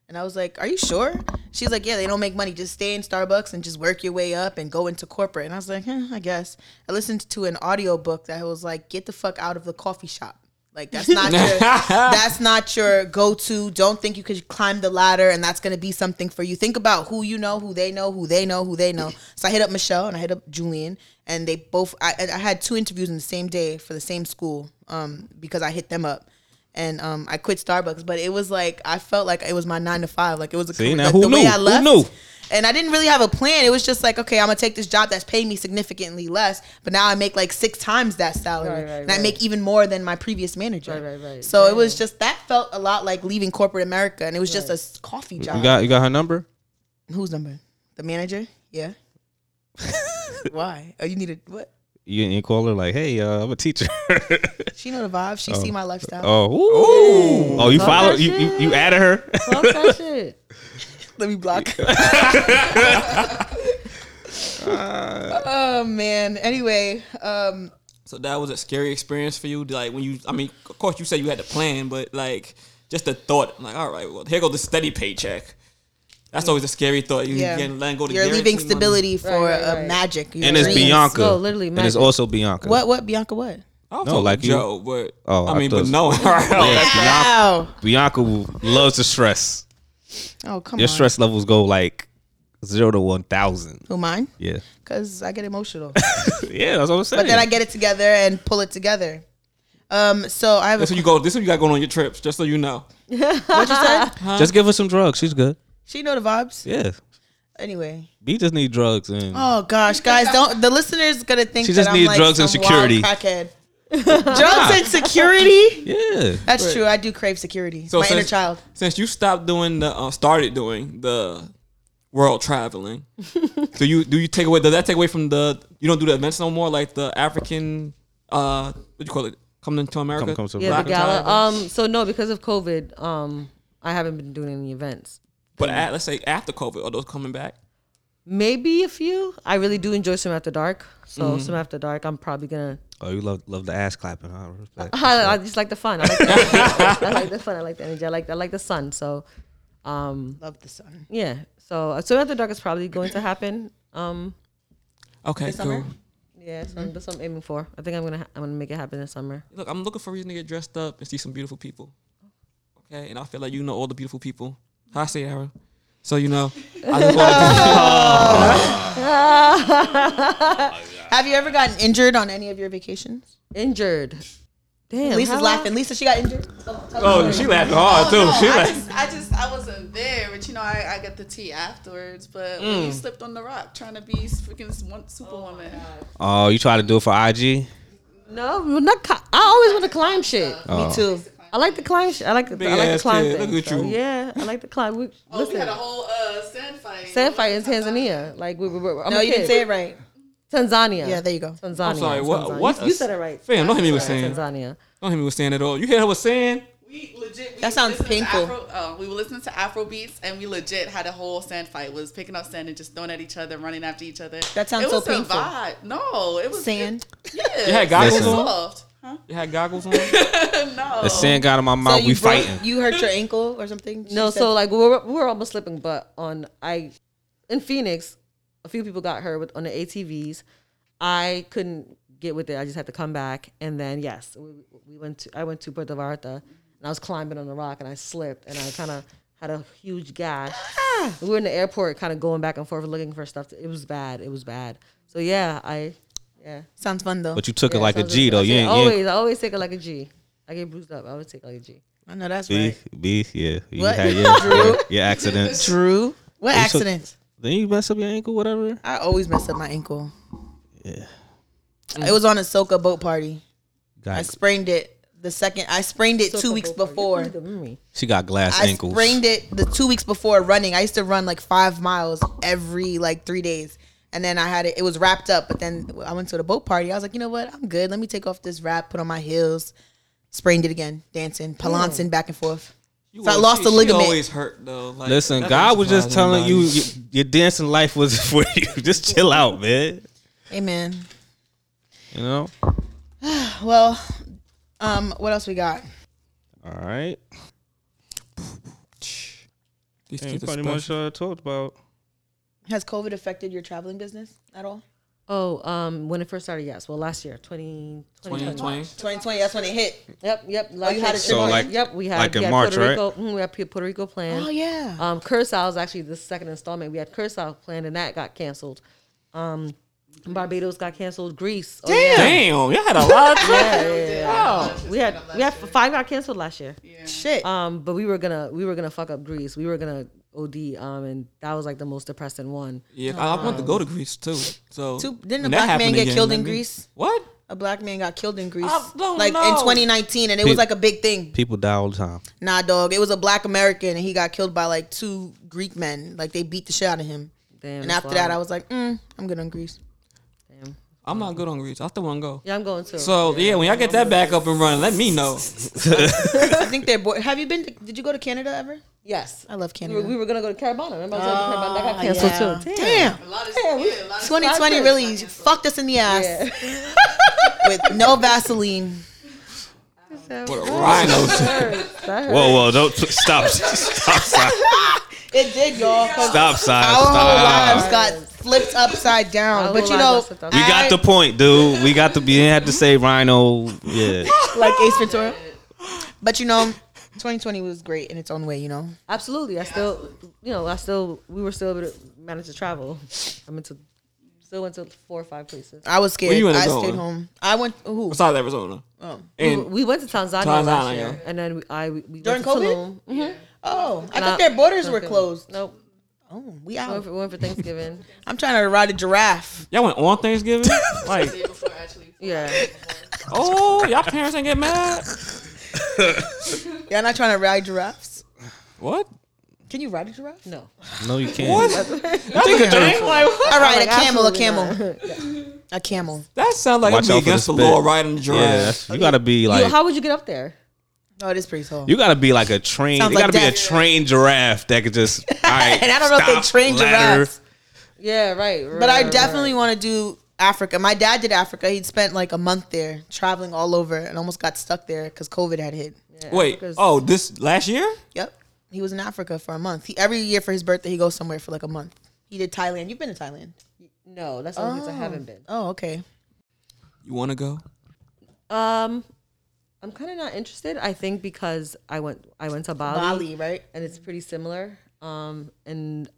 And I was like, are you sure? She's like, yeah, they don't make money. Just stay in Starbucks and just work your way up and go into corporate. And I was like, eh, I guess. I listened to an audiobook that was like, get the fuck out of the coffee shop. Like that's not your that's not your go to. Don't think you could climb the ladder and that's gonna be something for you. Think about who you know, who they know, who they know, who they know. So I hit up Michelle and I hit up Julian and they both I, I had two interviews in the same day for the same school um, because I hit them up and um, I quit Starbucks. But it was like I felt like it was my nine to five. Like it was a See, career- now like, who the way knew? I Who left. knew? And I didn't really have a plan. It was just like, okay, I'm gonna take this job that's paying me significantly less, but now I make like six times that salary, Right, right, and I right. make even more than my previous manager. Right, right, right. So it Damn. was just that felt a lot like leaving corporate America, and it was just a Right. s- coffee job. You got you got her [LAUGHS] number? Whose number? The manager? Yeah. Why? Oh, you needed what? You you call her like, hey, uh, I'm a [LAUGHS] teacher. She know the vibe. She see my lifestyle. oh, ooh. oh, you Love follow that you, you shit. you added her. [LAUGHS] Fuck that shit. Let me block. [LAUGHS] oh man. Anyway, um, So that was a scary experience for you. Like when you, I mean, of course you said you had the plan, but like just the thought, I'm like, all right, well, here goes the steady paycheck. That's always a scary thought. You yeah. can let go. The You're leaving guaranteed money. stability for Right, right, uh, right. magic. Your [LAUGHS] And it's dreams. Bianca. No, literally and it's magic. also Bianca. What? What? Bianca? What? I was No, no, like like you- Joe, but oh, Oh, I I mean, thought but so. no, [LAUGHS] Yeah. Wow. Bianca loves to stress. Oh come Your on. stress levels go like zero to one thousand. Who mine? Yeah. Because I get [LAUGHS] emotional, Yeah, that's what I'm saying. but then I get it together and pull it together. Um. So I have. That's A, what you go. This is what you got going on your trips, just so you know. what you said? Just give her some drugs. She's good. She know the vibes. Yeah. Anyway. B just need drugs and Oh gosh, [LAUGHS] guys, don't the listeners gonna think She just that I'm needs like drugs some and security. Ah. Wild [LAUGHS] crackhead. drugs and security. yeah. That's true. I do crave security. So My inner since- child. Since you stopped doing the, uh, started doing the world traveling, do you do you take away? Does that take away from the? You don't do the events no more, like the African, uh, what do you call it? Coming to America. Come- come to Yeah, Black the and gala. Tiger. Um, so no, because of COVID, um, I haven't been doing any events. But at, let's say after COVID, are those coming back? Maybe a few. I really do enjoy Swim After Dark. So Mm-hmm. Swim After Dark, I'm probably gonna. Oh, you love love the ass clapping, huh? Respect. I, I just like the fun. I [LAUGHS] like the, I like the fun. I like the energy. I like I like the sun. So, um, Love the sun. yeah. So uh, Swim After Dark is probably going to happen. Um, Okay, cool. yeah. So I'm- that's what I'm aiming for. I think I'm gonna ha- I'm gonna make it happen this summer. Look, I'm looking for a reason to get dressed up and see some beautiful people. Okay, and I feel like you know all the beautiful people. Hi, Sierra. So you know, I just [LAUGHS] want Have you ever gotten injured on any of your vacations? Injured. Damn. Lisa's how- laughing. Lisa, she got injured. oh, she laughed hard too. she I laughed. just, I just, I wasn't there, but you know, I, I got the tea afterwards. But when you slipped on the rock trying to be freaking one superwoman, Oh, you try to do it for IG? No, we're not. Cli- I always want to climb shit. Oh. Me too. I like to climb shit. I like the, Big I like to ass climb kid. things. Look at so, you. yeah, I like to climb. We, oh, we had a listen, whole uh, sand fight. sand fight in Tanzania. Like we, we, we I'm No, a you didn't kid. say it right. Tanzania. Yeah, there you go. Tanzania. I'm sorry, what- Tanzania. what You- a You, s- said it right. [LAUGHS] Fam, don't hit me with saying. Tanzania. Don't hit me with saying at all. You hear what saying? We legit. We That sounds listened to painful. Afro, uh, we were listening to Afro beats, and we legit had a whole sand fight. Was picking up sand and just throwing at each other, running after each other. That sounds it so was a painful. vibe. No, it was Sand. It, yeah, You had it was goggles Listen. on. soft. Huh? You [LAUGHS] had goggles on. No. The sand got in my mouth. we broke- fighting. You hurt your ankle or something? She No, said- so like we were, we were almost slipping, but on I in Phoenix, a few people got hurt with on the ATVs. I couldn't get with it. I just had to come back, and then yes, we, we went to I went to Puerto Vallarta, and I was climbing on the rock, and I slipped, and I kind of had a huge gash. Ah! We were in the airport, kind of going back and forth looking for stuff. It was bad. It was bad. So yeah, I yeah. sounds fun though. But you took yeah, it like so I a was G just- though. You I ain't, you always ain't I always take it like a G. I get bruised up. I always take it like a G. I know that's B, right. B, yeah. You What? [LAUGHS] had your, your, your accidents. Drew, what You took- accident? Then you mess up your ankle, whatever. I always mess up my ankle. Yeah. It was on a soca boat party. I Got, sprained it the second. I sprained it two weeks before. Good memory. she got glass I ankles. sprained it the two weeks before running. I used to run like five miles every like three days. And then I had it, it was wrapped up. But then I went to the boat party. I was like, you know what? I'm good. Let me take off this wrap, put on my heels, sprained it again, dancing, palancing back and forth. You So I always- lost she- the she ligament. always hurt though. Like, Listen, that God doesn't was just surprise telling you anybody. your, your dancing life was [LAUGHS] for you. Just chill out, man. Amen. You know. Well, um, what else we got? All right. These Yeah, kids are pretty special. much uh, talked about. Has COVID affected your traveling business at all? Oh, um, when it first started, yes. Well, last year, 20, 2020. 2020. 2020, that's when it hit. Oh, Yep, yep. Last you had year. a So, trip like- yep, we had like we in had March, Puerto right? Rico. mm, we had P- Puerto Rico planned. Oh, yeah. Um, Curacao is actually the second installment. We had Curacao planned, and that got canceled. Um, Barbados got canceled. Greece. Oh, Damn, damn, y'all had a lot [LAUGHS] of time. Yeah, yeah, yeah. Yeah. We had we had five got canceled last year. Yeah. Shit. Um, but we were gonna we were gonna fuck up Greece. We were gonna OD. Um, and that was like the most depressing one. Yeah, I, I want to go to Greece too. So Two- didn't a when that black man happened get killed let in me- Greece? What? A black man got killed in Greece, I don't like in know. 2019, and it was Pe- like a big thing. People die all the time. Nah, dog. It was a black American, and he got killed by like two Greek men. Like they beat the shit out of him. Damn. And after that, I was like, mm, I'm good on Greece. Damn. I'm not good on Greece. I still want to go. Yeah, I'm going too. So yeah, when y'all get that back up and running, let me know. I think they're. Bo- Have you been? To, did you go to Canada ever? yes, I love we were, Canada. we were gonna go to Carabana. Remember, I was going to Carabana. That got canceled yeah. too. Damn. A lot of Yeah, we- yeah, a lot of 2020 Fuck really fucked us in the ass Yeah. [LAUGHS] with no Vaseline. What a rhino. That hurt. Whoa, whoa, don't [LAUGHS] stop, stop, stop, It did, y'all. 'cause stop, Our whole lives stop. got flipped upside down. Our But whole you lives know, got flipped upside We got the point, dude. We got the. You didn't have to say Rhino. Yeah. I- [LAUGHS] like Ace Ventura. But you know, 2020 was great in its own way. You know, Absolutely. I still, you know, I still, we were still able to manage to travel. I went to, still went to four or five places. I was scared. you end up I going? stayed home. I went. Who? Besides Arizona. We, And we went to Tanzania, Tanzania. last year, and then we, I we, we During went to COVID? Tulum. Mhm. Oh, I And thought their borders were closed. Nope, Oh, we we went out. for, we went for Thanksgiving. [LAUGHS] I'm trying to ride a giraffe. y'all went on Thanksgiving. like, day before actually. yeah, oh, y'all parents ain't get mad. Y'all not trying to ride giraffes? What? Can you ride a giraffe? [LAUGHS] no. No, you can't. What? That's a thing? Like, what? All right, a Like, camel, a absolutely camel, [LAUGHS] a camel. That sounds like Watch it'd out be for the against the, spit. law riding the giraffe. Yeah, that's- you gotta be You- like. how would you get up there? Oh, it is pretty tall. You gotta be like a train. Sounds you gotta like be a that. trained giraffe that [LAUGHS] could just. All [LAUGHS] right, and I don't know if they stop, train ladder. giraffes. Yeah, right. But I definitely want to do Africa. My dad did Africa. He'd spent like a month there, traveling all over, and almost got stuck there because COVID had hit. Wait. Oh, this last year? Yep, he was in Africa for a month. He, every year for his birthday, he goes somewhere for like a month. He did Thailand. You've been to Thailand? no, that's the only place I haven't been. Oh, okay. You want to go? Um, I'm kind of not interested. I think because I went, I went to Bali, right? and it's pretty similar. Um, and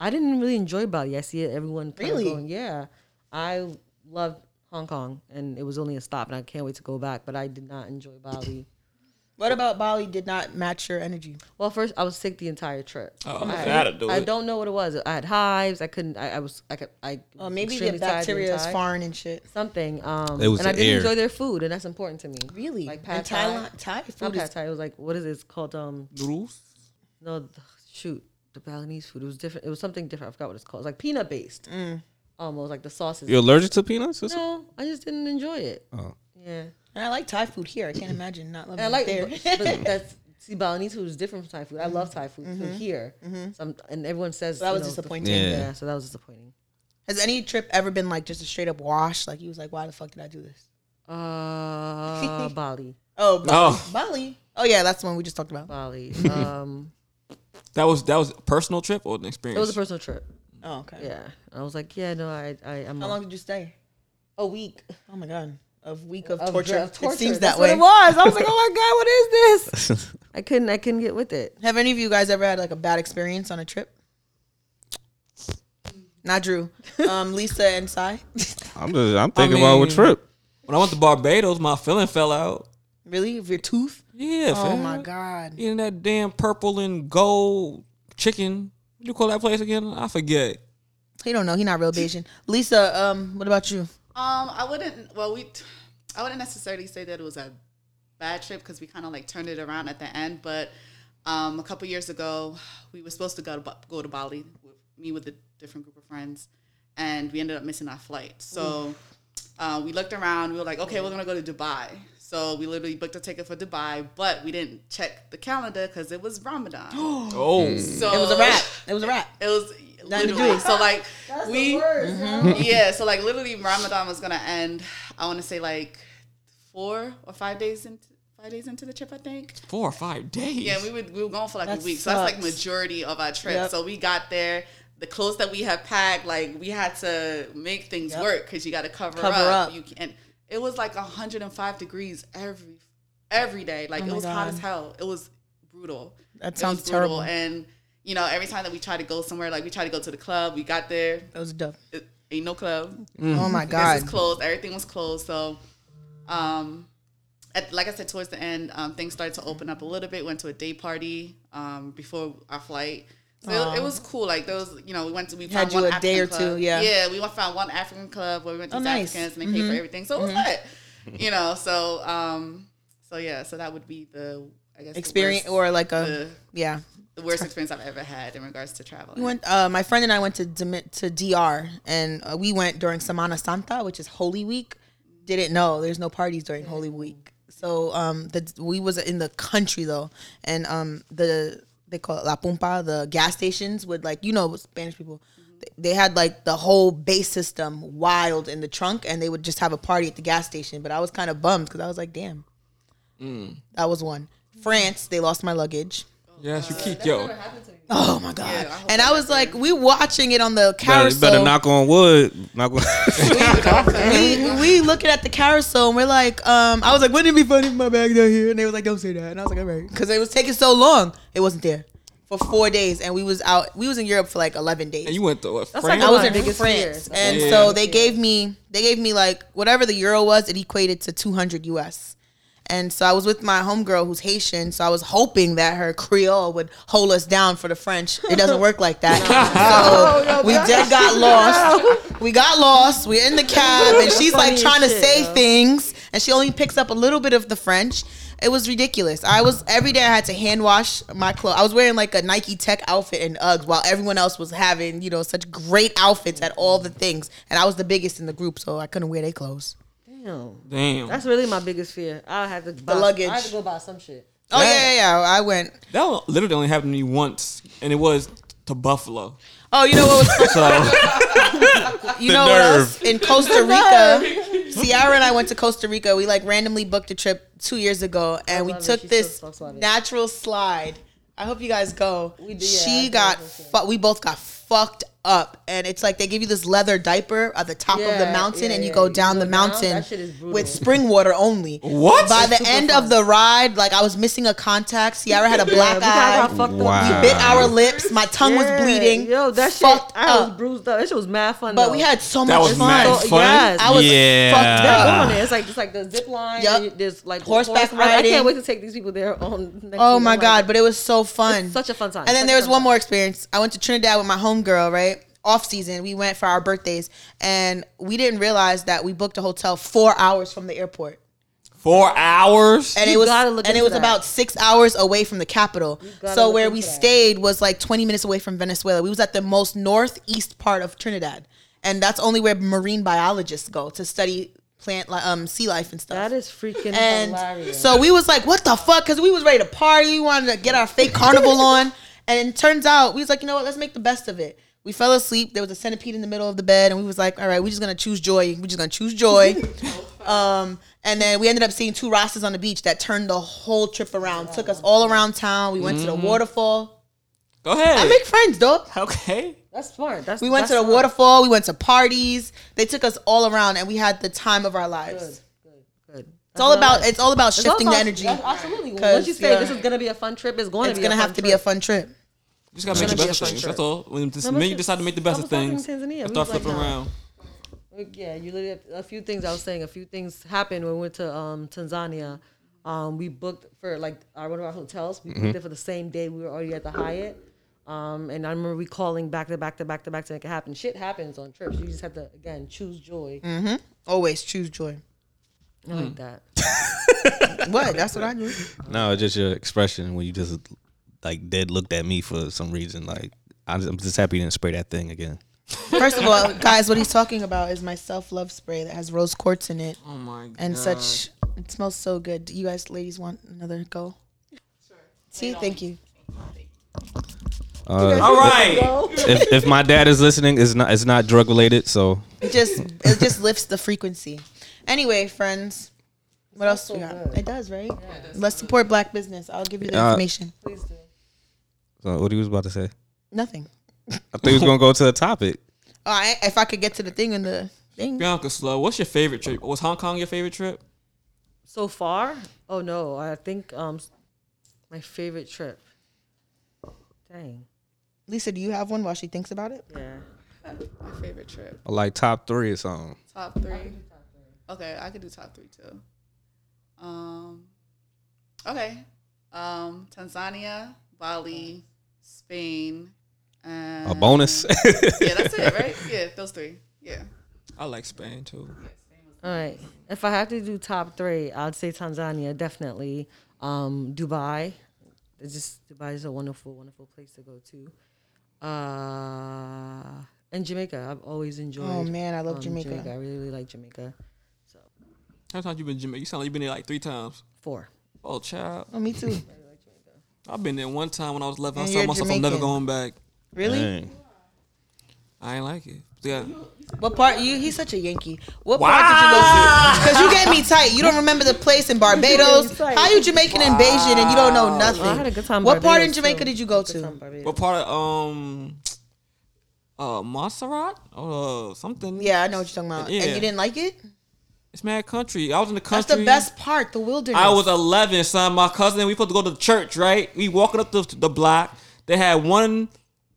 I didn't really enjoy Bali. I see it, everyone kind Really? of going, yeah. I loved Hong Kong, and it was only a stop, and I can't wait to go back. But I did not enjoy [COUGHS] Bali. What about Bali? Did not match your energy. Well, first I was sick the entire trip. Oh, I, that'll do I it. don't know what it was. I had hives. I couldn't. I, I was. I could. I. Uh, was maybe the extremely tired bacteria is entire- foreign and shit. Something. Um, It was and I the didn't air. enjoy their food, and that's important to me. Really? Like And pad thai. Thailand, Thai Not food pad is thai. It was like what is it It's called? Um, Noodles? No, th- shoot, the Balinese food. It was different. It was something different. I forgot what it's called. It's like peanut based. Mm. Almost like the sauces. You're allergic to peanuts? Or something? no, I just didn't enjoy it. Oh. Yeah, And I like Thai food here. I can't imagine not loving and I like, it there. [LAUGHS] but, but that's see, Balinese food is different from Thai food. I love Thai food too here. Some and everyone says Mm-hmm. that you was know, the- disappointing. Yeah. yeah. so that was disappointing. Has any trip ever been like just a straight up wash? Like you was like, why the fuck did I do this? [LAUGHS] Uh, Bali, Oh, Bali. Oh. Bali. Oh yeah, that's the one we just talked about. Bali. Um, That was that was a personal trip or an experience? it was a personal trip. Oh, okay. Yeah, I was like, yeah, no, I, I, I'm How a- long did you stay? [LAUGHS] a week Oh my god, a week of, of torture. dr- of torture. It seems That's that way. What it was. I was like, [LAUGHS] oh my god, what is this? [LAUGHS] I couldn't, I couldn't get with it. Have any of you guys ever had like a bad experience on a trip? Not Drew, um, Lisa and Sai. [LAUGHS] I'm just. I'm thinking I about mean- a trip. when I went to Barbados, my filling fell out. really, of your tooth? Yeah. Oh fam. my god. Eating that damn purple and gold chicken. What do you call that place again? I forget. He don't know. He not real Bayesian. Lisa, um, what about you? Um, I wouldn't. Well, we. I wouldn't necessarily say that it was a bad trip because we kind of like turned it around at the end. But um, a couple years ago, we were supposed to go to Ba- go to Bali with me with a different group of friends, and we ended up missing our flight. So uh, we looked around. We were like, okay, we're gonna go to Dubai. So we literally booked a ticket for Dubai, but we didn't check the calendar because it was [GASPS] Ramadan. so Oh. It was a wrap. It was a wrap. it was Nothing to literally do. so like we mm-hmm. yeah so like literally Ramadan was gonna end. I want to say like four or five days into five days into the trip, I think. Four or five days. Yeah, we would we were going for like That a week, so that's like sucks. majority of our trip. Yep. So we got there. The clothes that we had packed, like we had to make things work because you got to cover, Cover up. up. You can't. It was like 105 degrees every every day. Like it was hot Oh God. as hell. It was brutal. That It was sounds brutal. terrible. And you know, every time that we try to go somewhere, like we try to go to the club, we got there. That was dope. It, Ain't no club. Oh my This god. is closed. Everything was closed. So, um, at, like I said, towards the end, um, things started to open up a little bit. Went to a day party um, before our flight. So it, it was cool. Like there was, you know, we went to we Had found you one a day African or two, club. yeah. yeah. We went- found one African club where we went to Oh, these nice. Mm-hmm. Africans and they paid for everything. So it was good. You know, so um, so yeah, so that would be the I guess the Experience worst- or like a the, yeah. the worst experience I've ever had in regards to travel. We went. Uh, my friend and I went to Demi- to DR, and uh, we went during Semana Santa, which is Holy Week. Didn't know there's no parties during Holy Week, so um, the, we was in the country though, and um, the they call it La Pumpa. The gas stations would like you know Spanish people. th- They had like the whole base system wild in the trunk, and they would just have a party at the gas station. But I was kind of bummed because I was like, "Damn, that was one." France, they lost my luggage. Yes, you keep yo. Oh my god! I hope and I was like, we watching it on the Better, carousel. better knock on wood. Knock on. we, we looking at the carousel and we're like, um, I was like, wouldn't it be funny if my bag's down here? And they was like, don't say that. And I was like, all right, because it was taking so long. It wasn't there for four days, and we was out. We was in Europe for like eleven days. And you went to what? That's France? like I was My in biggest France, fear. and Yeah. so they gave me they gave me like whatever the euro was, it equated to two hundred US. And so I was with my homegirl who's Haitian, so I was hoping that her Creole would hold us down for the French. It doesn't work like [LAUGHS] that. so we just got lost. We got lost. We're in the cab, and she's like Funny as trying to shit, say yo. things, and she only picks up a little bit of the French. It was ridiculous. I was every day I had to hand wash my clothes. I was wearing like a Nike Tech outfit and Uggs while everyone else was having, you know, such great outfits at all the things. And I was the biggest in the group, so I couldn't wear their clothes. Damn. Damn. That's really my biggest fear. I have to buy, luggage. I have to go buy some shit. Oh yeah, yeah, yeah. I went. That one literally only happened to me once, and it was to Buffalo. Oh, you know what was So you know what else? In [LAUGHS] Costa Rica, Ciara and I went to Costa Rica. We like randomly booked a trip two years ago, and we love it. took She still this talks about it. natural slide. I hope you guys go. We did, yeah, I she did, got I did. fu- we both got fucked up, and it's like they give you this leather diaper at the top of the Yeah, mountain, yeah, and you yeah. go You down go the down? mountain That shit is brutal. with spring water only. What? By the Super end fun. of the ride, like I was missing a contact. Ciara had a black [LAUGHS] Yeah, eye. because I fucked up. Wow. We bit our lips. My tongue Yeah. was bleeding. Yo, that shit. Fucked I up. was bruised up. That shit was mad fun. But though. we had so That much was fun. mad So, fun. Yes. I was Yeah. fucked They're up. going there. It's like it's like the zip line. Yup. and There's like the Horseback horse- I- I, riding. can't wait to take these people there on. Next Oh week. my I'm god, like, but it was so fun. It's such a fun time. And then Such there a was fun one time. more experience. I went to Trinidad with my homegirl, right? Off season, we went for our birthdays, and we didn't realize that we booked a hotel four hours from the airport, four hours. and You it was gotta look and it into was that. about six hours away from the capital. gotta So look where we into that. stayed was like twenty minutes away from Venezuela. We was at the most northeast part of Trinidad, and that's only where marine biologists go to study plant li- um sea life and stuff. that is freaking And hilarious. so we was like, what the fuck? Because we was ready to party. We wanted to get our fake carnival on. And it turns out we was like, you know what? Let's make the best of it. We fell asleep. There was a centipede in the middle of the bed, and we was like, all right, we're just gonna choose joy. We're just gonna choose joy. um, and then we ended up seeing two Rosses on the beach that turned the whole trip around. Took us all around town. We went to the waterfall. Go ahead. I make friends, though. okay. That's smart. That's We went that's to the smart. waterfall. We went to parties. They took us all around, and we had the time of our lives. Good, good, good. It's all about it's all about shifting the energy. Absolutely. 'Cause, Once you say yeah. this is gonna be a fun trip, it's going it's to be. gonna a have fun to be trip. a fun trip. You just gotta make the gonna be best a of fun things. trip. That's all. When this, How when much you is- decide to make the I best of was talking things, in Tanzania. and We start was like, flipping nah. around. Yeah, you literally a few things I was saying. A few things happened when we went to um, Tanzania. Um, we booked for like our one of our hotels. We booked it for the same day. We were already at the Hyatt. Um, and I remember we calling back to back to back to back to make it happen. Shit happens on trips. You just have to again choose joy. Always choose joy. I like that. What? That's what I do. [LAUGHS] no, it's just your expression when you just like dead looked at me for some reason. Like I'm just, I'm just happy you didn't spray that thing again. First of all, guys, what he's talking about is my self love spray that has rose quartz in it Oh my god. and such. It smells so good. Do you guys, ladies, want another go? See, thank you. All right. if, if my dad is listening, it's not it's not drug related. So It just it just lifts the frequency. Anyway, friends, what else we got? It does, right? Let's support Black business. I'll give you the Uh, information. Please do. so what he was about to say? Nothing. I thought he was gonna go to the topic. Oh, I, if I could get to the thing in the thing. Bianca Slow, what's your favorite trip? Was Hong Kong your favorite trip? So far, oh no, I think um, my favorite trip. Dang. Lisa, do you have one while she thinks about it? Yeah. My favorite trip. Or like top three or something. Top three. Okay, I could do top three too. Um, okay. Um, Tanzania, Bali, Spain, and A bonus. Yeah, that's it, right? Yeah, those three. Yeah. I like Spain too. All right. If I have to do top three, I'd say Tanzania, definitely. Um, Dubai. It's just Dubai is a wonderful, wonderful place to go to. Uh, and Jamaica. I've always enjoyed. Oh, man, I love um, Jamaica. I really, really like Jamaica. So How many times you been to Jamaica? You sound like you've been there like three times. four. Oh, child. Oh, me [LAUGHS] too. I've been there one time when I was 11. And I saw you're myself, I'm never Jamaican. going back. Really? [LAUGHS] Dang. I ain't like it. Yeah. What part? You? He's such a Yankee. What part did you go to? Because you get me tight. You don't remember the [LAUGHS] place in Barbados. How you Jamaican in Beijing and you don't know nothing? I had a good time in What part in Barbados, Jamaica too. did you go Good time, to? Barbados. What part of, um, uh, Montserrat? Uh, something. Yeah, I know what you're talking about. And Yeah. you didn't like it? It's mad country. I was in the country. That's the best part. The wilderness. I was 11, son. My cousin, we supposed to go to church, right? We walking up the, the block. They had one,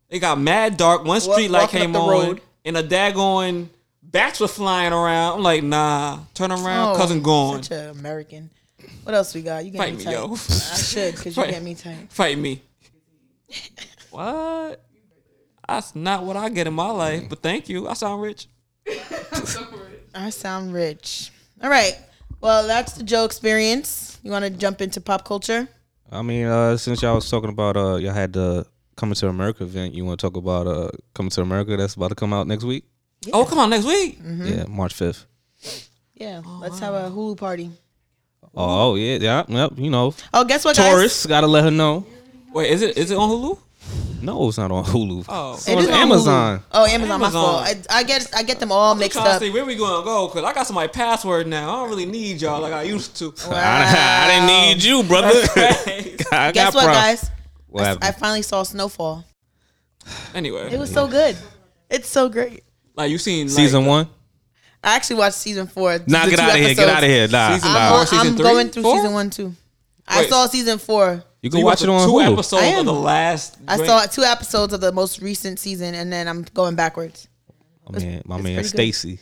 it got mad dark. One Wa- street light walking up came the on. road. And a daggone bats were flying around. I'm like, nah, turn around. Oh, cousin gone. Such an American. What else we got? You get Fight me me, tight. yo. I should because you Fight. get me tight. [LAUGHS] Fight me. what? That's not what I get in my life, but thank you. I sound rich. I sound rich. All right. Well, that's the Joe experience. You want to jump into pop culture? I mean, uh, since y'all was talking about uh, y'all had the Coming to America event, you want to talk about uh, Coming to America that's about to come out next week? Oh, come on, next week. Mm-hmm. Yeah, March fifth. Yeah. Oh, Let's have a Hulu party. Oh, yeah, yeah, yep. You know, Oh, guess what, guys? Taurus gotta let her know. Wait, is it is it on Hulu? No, it's not on Hulu. Oh. it's It on is on Hulu. Amazon. Oh, Amazon, my Amazon. fault. I, I get I get them all mixed Trying to up. see where we gonna go? Cause I got somebody password now. I don't really need y'all like I used to. I, I didn't need you, brother. [LAUGHS] I Guess got what, prob- guys? What happened? I finally saw Snowfall. It [LAUGHS] anyway, was so good. It's so great. like you seen like, season one? I actually watched season four. Nah, get out of here. Get out of here. Nah, Season nah. I'm, four, on- season I'm three? going through Four? season one too. I Wait. saw season four. You so can you watch it went on for two Hulu. I episodes am. of the last. I Grand- saw two episodes of the most recent season, and then I'm going backwards. My man, my it's man pretty good. Stacy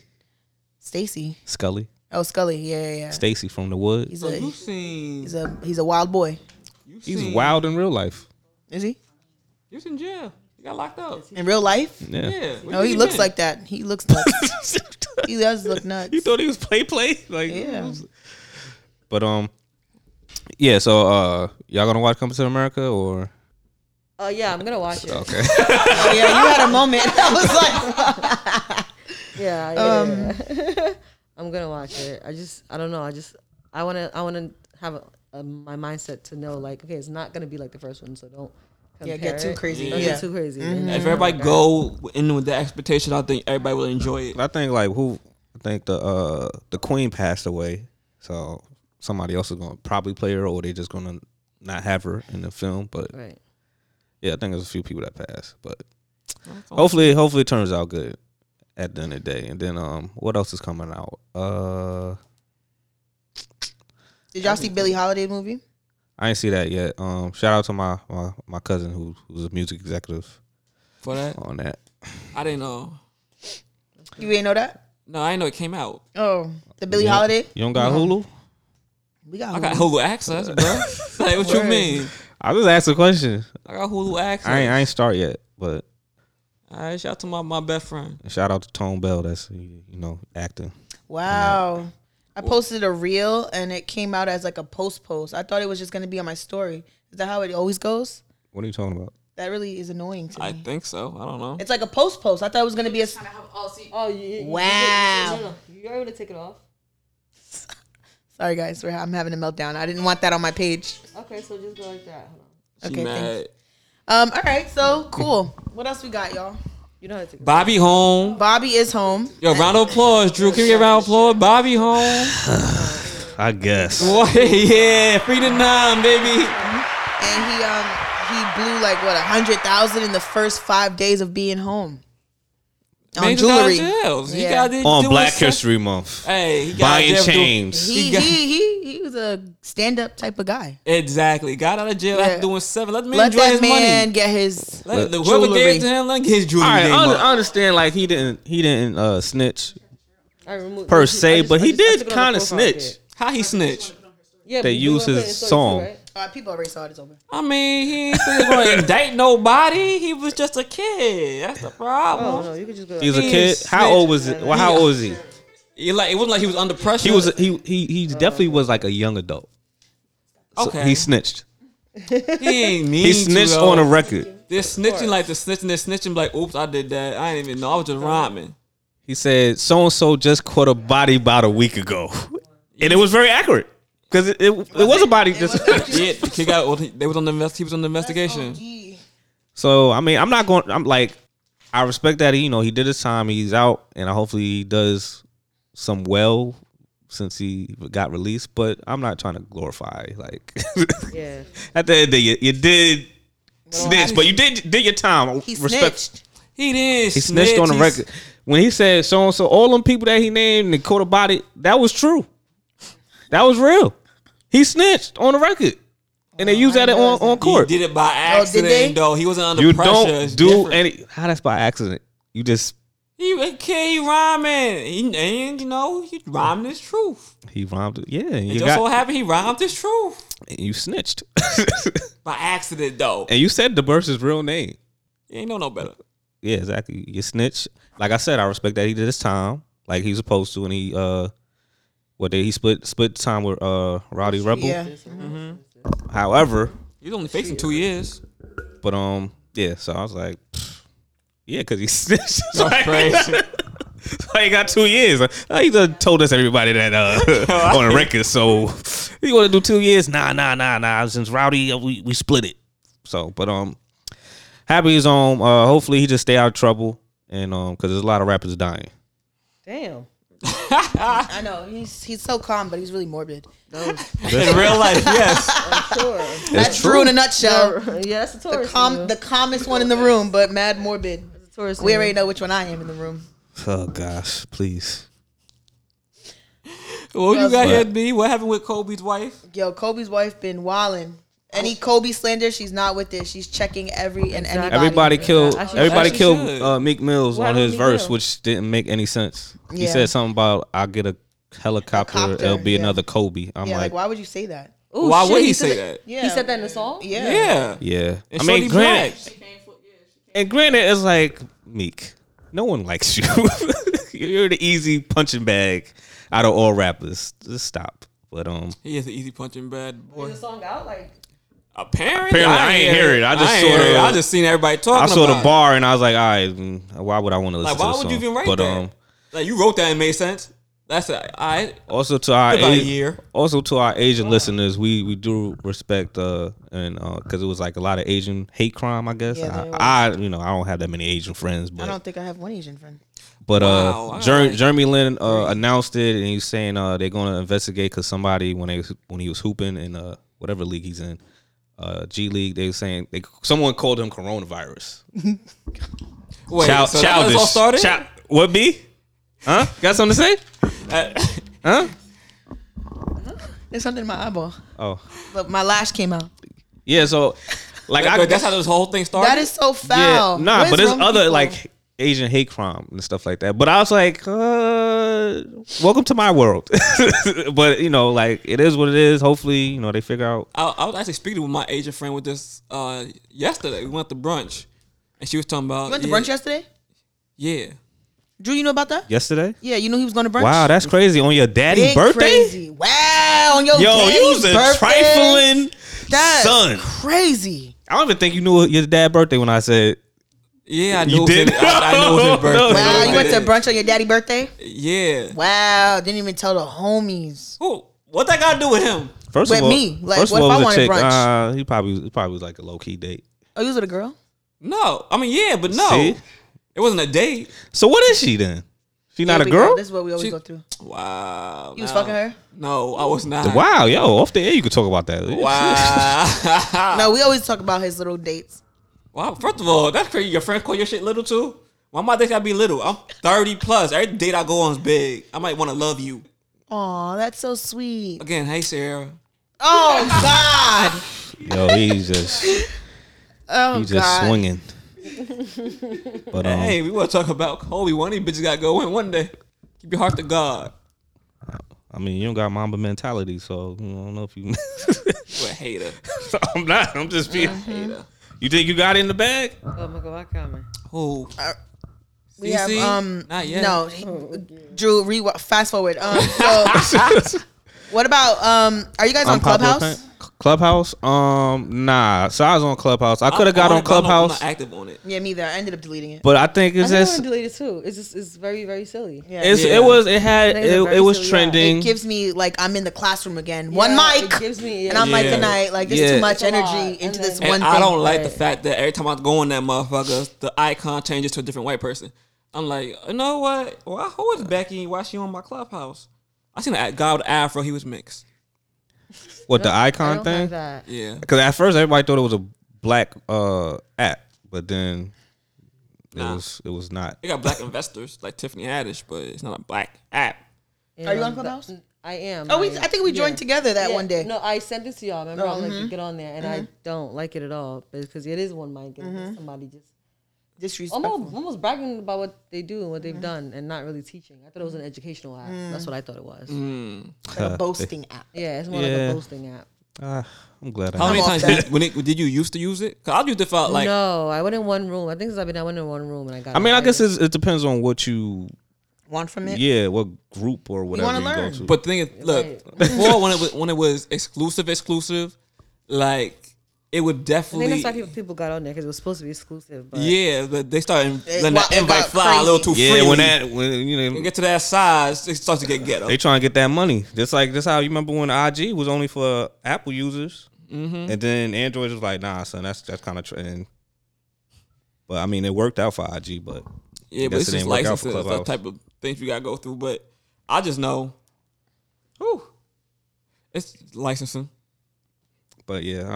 Stacy. Scully, Oh, Scully. Yeah, yeah. yeah. Stacy from the Wood. He's So a you seen? he's a he's a wild boy. You seen, He's wild in real life. Is he You was in jail. You got locked up. in real life? Yeah. Yeah. where No, you Oh, he been? looks like that. He looks [LAUGHS] nuts. he does look nuts. you thought he was play play? [LAUGHS] Like Yeah. But um, yeah. So uh, y'all gonna watch Coming to America or? Oh yeah, I'm gonna watch it. Okay. Oh, yeah, you had a moment. [LAUGHS] I was like, Yeah, yeah. Um, yeah. [LAUGHS] I'm gonna watch it. I just, I don't know. I just, I wanna, I wanna have a, a, my mindset to know, like, okay, it's not gonna be like the first one, so don't. yeah, Compare get too it. crazy. Don't Yeah. Mm-hmm. get too crazy. If everybody go in with the expectation, I think everybody will enjoy it. I think like who? I think the uh the Queen passed away, so somebody else is gonna probably play her, or they're just gonna not have her in the film. But Right. yeah, I think there's a few people that passed, but hopefully, hopefully it turns out good at the end of the day. And then um, what else is coming out? Uh, Did y'all see Billie Holiday movie? I ain't see that yet. Um, shout out to my my, my cousin who who's a music executive For that, on that. I didn't know. You ain't know that? No, I didn't know it came out. Oh, the Billie You don't- Holiday. You don't got Hulu? We got. I got Hulu. Hulu access, [LAUGHS] bro. [LAUGHS] like, what you Oh. Word. mean? I just asked a question. I got Hulu access. I ain't I ain't start yet, but All right, shout out to my, my best friend. shout out to Tone Bell. That's you know acting. Wow. I posted a reel and it came out as like a post post. I thought it was just gonna be on my story. Is that how it always goes? What are you talking about? That really is annoying to me. I think so. I don't know. it's like a post post. I thought it was gonna be a. I have all see. Oh yeah. Wow. You, are able to take it off. Sorry guys, we're, I'm having a meltdown. I didn't want that on my page. Okay, so just go like that. Hold on. She Okay, mad. thanks. Um. All right. So cool. What else we got, y'all? You know how to take it. Bobby home. Bobby is home. Yo, round of applause, Drew. Can we get a round of applause? Bobby home. I [LAUGHS] guess. Boy, yeah, free to nine, baby. and he um he blew like what a hundred thousand in the first five days of being home. on just got out jewelry. of jail. He Yeah. got to on do Black his- History Month. Hey, he got out of Buying jail for doing- chains. He, He got- he he he was a stand up type of guy. Exactly. Got out of jail Yeah. after doing seven. Let me Let enjoy that his man money. get his. Let, Let- whoever jewelry. gave to him, let him get his jewelry All right, game I, un- up. I understand. Like he didn't, he didn't uh, snitch I removed, per I just- I se, just- but I he just- I did took it on kind the of profile I snitch. did. How he snitched? Yeah, They but you used wanna his put it in story song. too, right? Uh, people already saw it. It's over. I mean, he ain't think gonna [LAUGHS] indict nobody. He was just a kid. That's the Oh problem. no, you could just go. He was a He kid. How snitched. old was it? Well, how old is he? It, like it wasn't like he was under pressure. He was he he he definitely was like a young adult. So okay. He snitched. he ain't mean. [LAUGHS] He snitched on a record. They're snitching like the snitching. They're snitching like, oops, I did that. I didn't even know. I was just rhyming. He said so and so just caught a body about a week ago, and it was very accurate because it, it, it was a body. Just Yeah, he got. Well, he, they was on the invest. He was on the investigation. [LAUGHS] so I mean I'm not going. I'm like I respect that he you know he did his time. He's out, and I hopefully he does some well since he got released. But I'm not trying to glorify like [LAUGHS] Yeah. at the end of the day you, you did snitch, but you did did your time. He Respect- snitched. He did. He snitched on the record. When he said so and so, all them people that he named and caught a body, that was true. That was real. He snitched on the record. And they used that on, He on court. did it by Oh, did accident, they? though. He wasn't under You pressure. don't It's do different. any how that's by accident. You just He a kid. He rhyming. He, and you know, he rhyming his truth. he rhymed it. Yeah, and It you just got so happened he rhymed his truth and you snitched. [LAUGHS] by accident, though. and you said the person's real name. He ain't know no better. Yeah, exactly. You snitch. Like I said, I respect that he did his time, like he was supposed to, and he uh what did he split split time with uh Rowdy Rebel. Yeah. However, He's only facing two years. But um, yeah. So I was like, pfft, yeah, because he [LAUGHS] snitched. That's Like, crazy. [LAUGHS] like, he got two years. Like, oh, he done told us everybody [LAUGHS] that uh, [LAUGHS] on the record. So you want to do two years? Nah, nah, nah, nah. Since Rowdy, uh, we we split it. So, but um, happy he's on. Uh, hopefully he just stay out of trouble. And um, because there's a lot of rappers dying. Damn. I know he's he's so calm, but he's really morbid. [LAUGHS] In real life, yes. Sure. That's true in a nutshell. [LAUGHS] yeah, that's a Um, The tourist. in you. calm, the calmest one in the room, but mad morbid. That's a tourist. We in you. already know which one I am in the room. Oh gosh, please. Well, you That's got right. here, B. What happened with Kobe's wife? Yo, Kobe's wife been wildin'. Any Kobe slander, she's not with it. She's checking every and anybody. Everybody killed. I should- Everybody I should- killed uh, Meek Mills Why on don't his Meek verse, Mill? which didn't make any sense. He Yeah. said something about "I'll get a helicopter. Helicopter, it'll be yeah. another Kobe." I'm Yeah, like, like, why would you say that? Ooh, Why Oh, Oh, shit, would he said say that? Yeah, He said that in the song. Yeah. Yeah. yeah. And I mean, Shorty granted, Black. and granted, it's like Meek. No one likes you. [LAUGHS] You're the easy punching bag out of all rappers. Just stop. But um, He is an easy punching bad boy. Is the song out like? Apparently, Apparently, I ain't hear it. I just ain't saw hear the- it. I just seen everybody talking. I saw the about it. bar and I was like, "All right, mm, why would I want to listen Like, why to this would song?" you even write but that? um, Like you wrote that and made sense. That's a, I. Also to our About a Asi- year. also to our Asian listeners, we we do respect uh and uh because it was like a lot of Asian hate crime, I guess. Yeah, there I, I you know I don't have that many Asian friends, I but don't think I have one Asian friend. but Wow, uh all Jer- right. Jeremy Lin uh announced it and he's saying uh they're gonna investigate because somebody when they when he was hooping in uh whatever league he's in uh G League they were saying they someone called him coronavirus. Wait, Child- so that was all started. Chi- what be? Huh? Got something to say? [LAUGHS] Uh, Huh? There's something in my eyeball. Oh Look, my lash came out. yeah. So like I that's how this whole thing started. That is so foul. Yeah, nah, What is but there's wrong with other people? like Asian hate crime and stuff like that. But I was like, uh, welcome to my world. [LAUGHS] but you know, like it is what it is. Hopefully, you know they figure out. I, I was actually speaking with my Asian friend with this uh, yesterday. We went to brunch, and she was talking about You went to yeah, brunch yesterday? Yeah, Drew, you know about that? Yesterday. Yeah, you knew he was going to brunch. Wow, that's crazy on your daddy's Big birthday. Crazy. Wow, on your Yo, daddy's you was a birthday? trifling That's son. Crazy. I don't even think you knew your dad's birthday when I said yeah. I You know it was did? his- I, I know it was [LAUGHS] his birthday. Wow, Uh, you I went to did. brunch on your daddy birthday? Yeah. Wow, didn't even tell the homies. Who? What that got to do with him? first With of all. me, like, first what of if all, I it was a wanted chick. brunch? Uh, he probably it probably was like a low key date. Oh, you was with a girl? No, I mean yeah, but no, See? it wasn't a date. So what is she then? She not Here a we go. girl? This is what we always She- go through. Wow. You was no. fucking her? No, I was not. Wow, yo, off the air you could talk about that. Wow. [LAUGHS] No, we always talk about his little dates. wow. First of all, that's crazy. Your friend called your shit little too. Why my dick gotta be little? I'm 30 plus. Every date I go on is big. I might want to love you Aw, that's so sweet. again. Hey Sarah. Oh God. Yo, he's just Oh he's just God. swinging. But um, Hey, we want to talk about Kobe. One of these bitches gotta go in one day. Keep your heart to God. I mean, you don't got Mamba mentality, so you know, I don't know if you. [LAUGHS] You [LAUGHS] a hater. I'm not. I'm just being. Hater. You think you got it in the bag? Oh my god, I coming. Who? Uh, We have CC? um Not yet. no he- Drew re fast forward um so [LAUGHS] what about um are you guys on Unpopular Clubhouse thing? C- Clubhouse? Um, nah. So I was on Clubhouse. I could have got I on don't- I don't- Clubhouse, I'm not active on it. yeah me either I ended up deleting it but I think I it's think I'm just gonna delete it too. It's just it's very very silly. yeah it's Yeah. it was it had I think it's a it, very it was silly app. trending. it gives me like I'm in the classroom again Yeah, one mic It gives me. and I'm like Yeah. good night like there's Yeah. too much It's a lot. energy into And this then- one And thing I don't like the right. fact that every time I go on that motherfucker, the icon changes to a different white person. I'm like, you know what? Why who is Becky? Why she on my clubhouse? I seen a guy with an afro. He was mixed. what the I icon don't have thing? that. Yeah, Because at first everybody thought it was a black uh app, but then it Nah. was it was not. they got black investors like Tiffany Haddish, but it's not a black app. Are you on Clubhouse? th- I am. oh we I think we joined yeah. together that Yeah, one day Oh, mm-hmm. No, I sent it to y'all. Remember, I'll let you get on there, and I don't like it at all because it is one mic and Mm-hmm. somebody just disrespectful almost almost bragging about what they do and what they've Mm-hmm. done and not really teaching. I thought it was an educational app. Mm. That's what I thought it was. [LAUGHS] like a boasting app Yeah, it's more like Yeah. a boasting app. Ah, I'm glad. How I many off times that. did, when it, did you used to use it? Cause I used it for like no, I went in one room. I think since I've been, I went in one room and I got. I mean, I invited. guess it's, it depends on what you want from it yeah what group or whatever wanna you, go learn. to. But the thing is, look, [LAUGHS] before when it was, when it was exclusive, exclusive, like it would I think definitely. that's why people- people got on there because it was supposed to be exclusive. But Yeah, but they started It letting wa- that it invite got fly a little too crazy. yeah, freely. when that when you You know get to that size, it starts to get ghetto. They trying to get that money. Just like that's how you remember when IG was only for Apple users, and then Android was like, nah, son, that's that's kind of trend. But I mean, it worked out for IG, but Yeah, but Guess it's just it didn't work out licenses, for the Clubhouse. type of things you gotta go through. But I just know, whew, it's licensing. but yeah,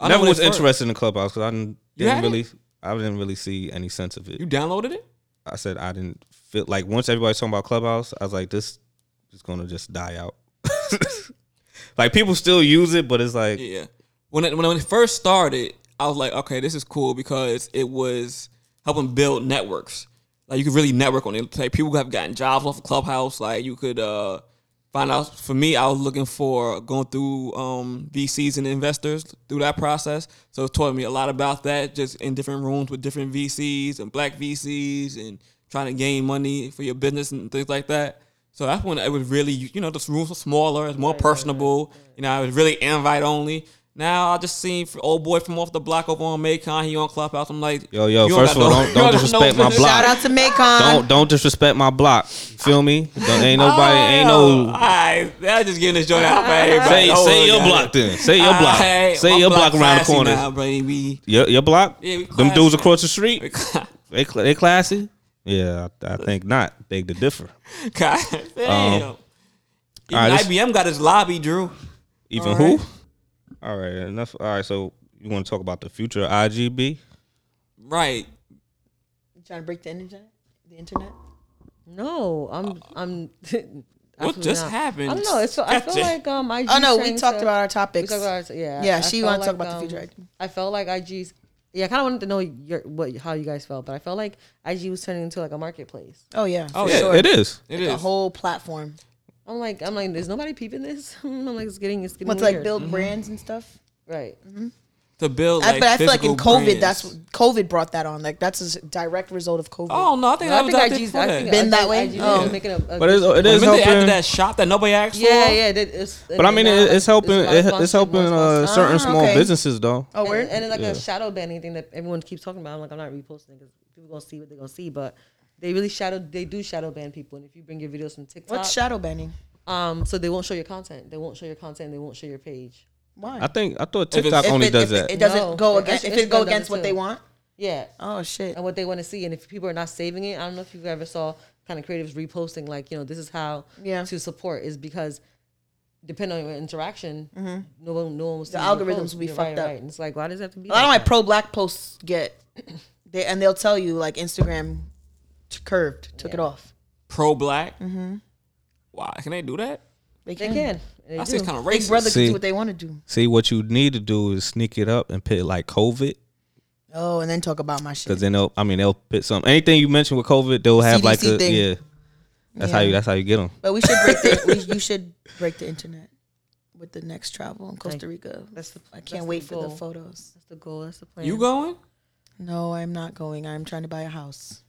I I know never when was it first- interested in Clubhouse because I didn't, You didn't had it? really, I didn't really see any sense of it. You downloaded it? I said I didn't feel like once everybody's talking about Clubhouse, I was like, this is gonna just die out. [LAUGHS] like people still use it, but it's like Yeah. When it, when it first started, I was like, okay, this is cool because it was helping build networks. Like you could really network on it. Like people have gotten jobs off of Clubhouse. Like you could uh, find out. For me, I was looking for going through um, VCs and investors through that process. So it taught me a lot about that, just in different rooms with different VCs and black VCs and trying to gain money for your business and things like that. So that's when it was really, you know, the rooms were smaller, it's more personable. You know, it was really invite only. Now I just seen f- old boy from off the block over on Maycon. He on Clubhouse. I'm like, Yo, yo, you first got of all, no- [LAUGHS] don't- you don't got no disrespect my business. block. shout out to Macon don't don't disrespect my block. You feel me? Don't, ain't nobody, ain't Oh, no all right, that's just getting this joint out for everybody. Say, Don't say worry your about block it. then. Say your block. Alright, say my your block, around the classy corner. Now, baby. [LAUGHS] Your, your block? Yeah, we Them dudes classy. across the street? They, cl- they classy? Yeah, I, I think not. Beg to differ. God damn. Even alright, Um, this- IBM got his lobby, Drew. Even Alright. who? All right, enough. All right, so you want to talk about the future of IGB? Right. trying to break the internet the internet no, I'm I'm. What absolutely just not. happened? I don't know. It's, I Gotcha. feel like um. IG oh no we trained talked to- about our We topics talked about it, yeah. Yeah, I she felt um, wanna talk about the future IG. I felt like IG's. Yeah, I kind of wanted to know your what how you guys felt, but I felt like IG was turning into like a marketplace. oh yeah Oh, for yeah. sure. It is. It the is. whole platform I'm like I'm like, there's nobody peeping this. [LAUGHS] I'm like, it's getting it's getting want to weird. like build brands and stuff [LAUGHS] right. to I- build. Mm-hmm. Like, but I feel like in physical COVID, that's brands. COVID brought that on. Like that's a s- direct result of COVID. Oh no, I think No, that was out there IG's before that. Been that way? IG's Oh. making a, a But it's, it is Remember they helping. after that shot that nobody asked yeah, for? yeah. It, it's, But I mean, it, it's helping. It, it's helping uh, certain Ah, small okay. businesses, though. oh, and, word? and it's like a shadow banning thing that everyone keeps talking about. I'm like, I'm not reposting because people gonna see what they're gonna see, but. They really shadow. They do shadow ban people, and if you bring your videos from TikTok, what's shadow banning? um, so they won't show your content. They won't show your content. They won't show your page. Why? I think I thought it's- TikTok If only it, does if that. It, it doesn't No, go it- against. it- If it's it go done that against what too. they want. Yeah. Oh shit. and what they want to see. And if people are not saving it, I don't know if you've ever saw kind of creatives reposting like, you know, this is how Yeah. to support is because depending on your interaction, no one, no one will see Mm-hmm. The your algorithms post. will be You're fucked right, up. Right. And it's like, why does it have to be? A lot of my like that? pro black posts get They, and they'll tell you like Instagram t- curved, took it off. Pro black. Mm-hmm. Why can they do that? They They can. can. They I do. see it's kind of Big racist. brother can See. do what they want to do. See, what you need to do is sneak it up and pit like COVID. Oh, and then talk about my Because shit. then they'll, I mean, they'll put some anything you mentioned with COVID, they'll have like CDC a thing. yeah. That's how Yeah. you. That's how you get them. But we should break the [LAUGHS] we, you should break the internet with the next travel in Costa Rica. That's the. I that's can't wait for the goal. photos. That's the goal. That's the plan. You going? No, I'm not going. I'm trying to buy a house.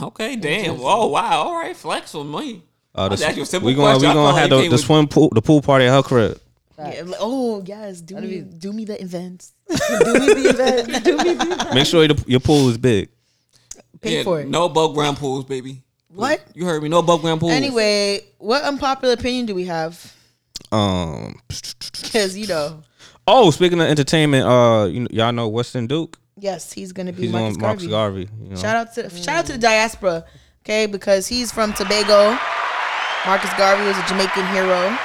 Okay, damn. Oh wow. All right, flex on me. Uh, That's actually a the, simple we gonna we question. I gonna felt have like the, they the would- swim pool the pool party at her crib. Yeah, like, oh yes, do me do me the [LAUGHS] events. do me the event. Do me the event. Make sure your, your pool is big. Pay Yeah, for it. No above ground pools, baby. What? You heard me. No above ground pools. Anyway, what unpopular opinion do we have? [LAUGHS] Um. Because you know, Oh, speaking of entertainment, uh, you know, y'all know Weston Duke. yes, he's gonna be He's Marcus, on Marcus Garvey. Garvey. you know. Shout out to shout out to the diaspora, okay? Because he's from Tobago. Marcus Garvey was a Jamaican hero.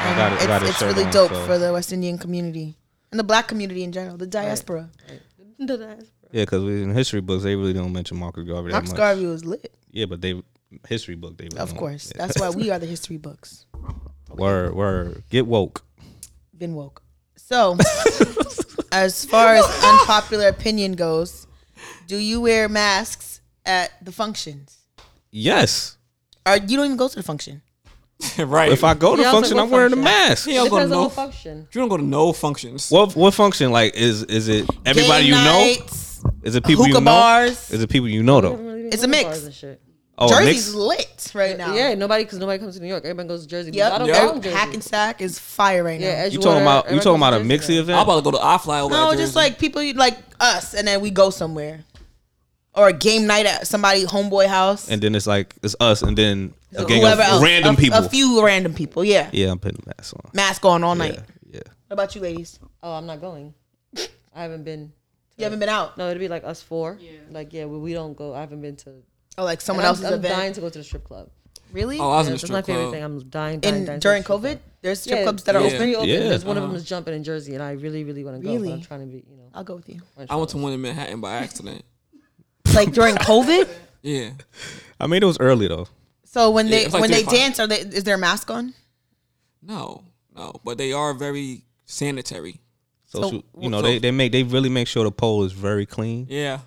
I got it. it's got his it's shirt really on, dope so- for the West Indian community and the Black community in general, the diaspora. yeah, because in history books they really don't mention Marcus Garvey. Marcus that much. Garvey was lit, Yeah, but they history book they. Really of don't. course. Yeah. That's why we are the history books. Word word. Get woke. Been woke. So, as far as unpopular opinion goes, do you wear masks at the functions? Yes. Or you don't even go to the function? [LAUGHS] right. If I go to Yeah, I was function, like, I'm what wearing a function? mask. you don't go to Depends on no, the function. you don't go to no functions. What what function like is is it everybody Gay you nights, know? Is it people you hookah know? bars. Is it people you know though? It's a mix. Oh, Jersey's mix- lit right now. Yeah, nobody because nobody comes to New York. Everybody goes to Jersey. Yep. I don't Yep. I don't Every- Jersey. Hackensack is fire right Yeah, now. as You talking about you everybody talking goes about a to mixy Jersey. I'm event? about to go to iFly over No, at just Jersey. like people you- like us, and then we go somewhere, or a game night at somebody homeboy house. And then it's like it's us and then a gang of whoever else, random a, people. a few random people. Yeah, yeah, I'm putting masks on. mask on all night. Yeah, What yeah. about you, ladies? Oh, I'm not going. I haven't been. You haven't been out, No, it'd be like us four. Yeah. Like yeah, we, we don't go. I haven't been to. or like And someone I'm, else's I'm event? dying to go to the strip club. Really? oh, I was in the That's my strip favorite club. thing. I'm dying. dying, in dying to during the strip COVID, club. there's strip Yeah, clubs that are there's yeah. Uh-huh. open. three open. Yeah. There's one of them is jumping in Jersey, and I really, really want to go. Really? But I'm trying to be, you know. I'll go with you. I went to one in Manhattan by accident. Like [LAUGHS] during COVID. Yeah. I mean it was early though. So when they it's like when three they o'clock. dance, are they is there a mask on? No, no, but they are very sanitary. So, So- you, you know so- they, they make they really make sure the pole is very clean. Yeah.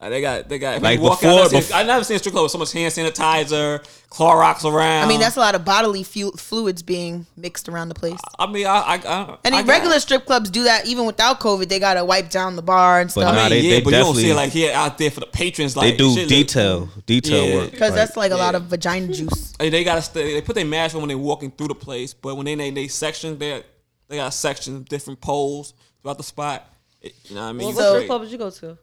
Like they got, they got. Like Like walk before, out, I've, before- never seen, I've never seen a strip club with so much hand sanitizer, Clorox around. I Um, mean, that's a lot of bodily fu- fluids being mixed around the place. I mean, I, I, I And I in got- regular strip clubs do that even without COVID. They gotta wipe down the bar and I stuff. mean, Nah, they- yeah, they but you don't see definitely- it like here out there for the patrons. Like They do shit look- detail detail Yeah. work. Because like- that's like a lot of vagina juice. Like, they gotta stay. They put their mask on when they're walking through the place, but when they in they, they section, they they got sections, different poles throughout the spot. It- you know what I mean? What, You what So- strip straight. club did you go to?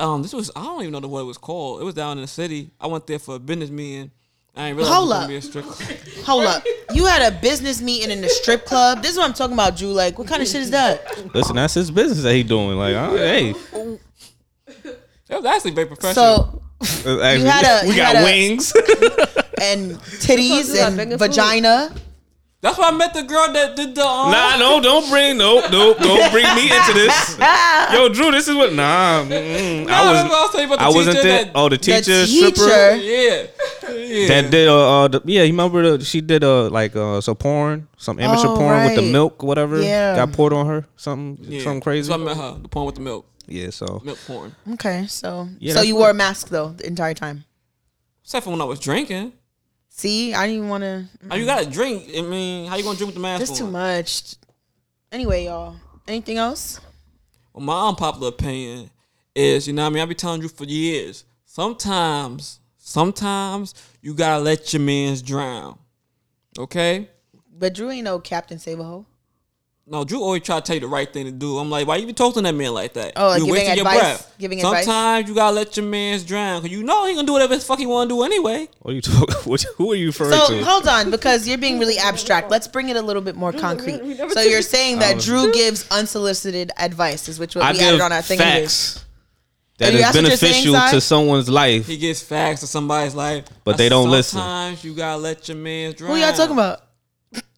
um, this was I don't even know what it was called. It was down in the city. I went there for a business meeting. I didn't realize it Hold was gonna up. be a strip club. Hold up. You had a business meeting in the strip club. This is what I'm talking about, Drew. Like, what kind of shit is that? Listen, that's his business that he doing. Like, oh, hey, That was actually very professional. So, You had a- we you got had a- wings. and Because titties you got finger and food. vagina. That's why I met the girl that did the um, [LAUGHS] Nah, no, don't bring, no, no, don't bring me [LAUGHS] into this. Yo, Drew, this is what. Nah, mm, I I remember I was, was telling you about the I wasn't teacher there. that- Oh, the teacher, teacher. stripper yeah, yeah. that did. Uh, uh, the, yeah, you remember the, she did uh, like uh, so porn, some amateur Oh, porn with right. the milk, whatever. Yeah. got poured on her, something, yeah. something So crazy. I met her. The porn with the milk, Yeah, so milk porn. Okay, so so Yeah, that's you what- wore a mask though the entire time. Except for when I was drinking. See, I didn't even want to. Oh, you gotta drink. I mean, how you gonna drink with the mask That's too on? much. Anyway, y'all. Anything else? Well, my unpopular opinion is, you know, what I mean, I've been telling you for years. Sometimes, sometimes you gotta let your man's drown. Okay. But Drew ain't no Captain Save a Ho. No, Drew always try to tell you the right thing to do. I'm like, why you be talking to that man like that? Oh, like You're giving wasting advice- your breath. giving advice? Sometimes you gotta let your man's drown, cause you know he gonna do whatever the fuck he wanna do anyway. what are you talking? [LAUGHS] What, who are you referring So to? hold on, because you're being really abstract. Let's bring it a little bit more concrete. So you're saying that Drew gives unsolicited advice, is which what I we added give on our thing. facts that Oh, is that's what you're saying, beneficial Si? to someone's life. He gets facts to somebody's life, But they don't listen. Sometimes you gotta let your man's drown. Who y'all talking about?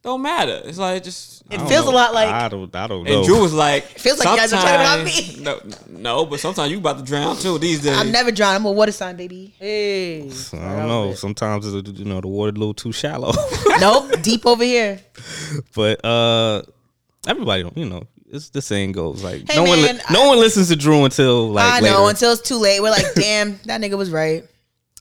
don't matter. It's like just. It feels a lot like I don't. I don't know. And Drew was [LAUGHS] like, Feels like you guys are talking about "Sometimes- No, no, but sometimes you about to drown too these days. I'm never drowning. I'm a water sign, baby. Hey. I don't know. Sometimes it's, you know the water a little too shallow, [LAUGHS] nope, deep over here. but uh, everybody don't. You know, it's the saying goes like Hey, no one, li- man, no one listens to Drew until like I know. later. Until it's too late, we're [LAUGHS] like, damn, that nigga was right.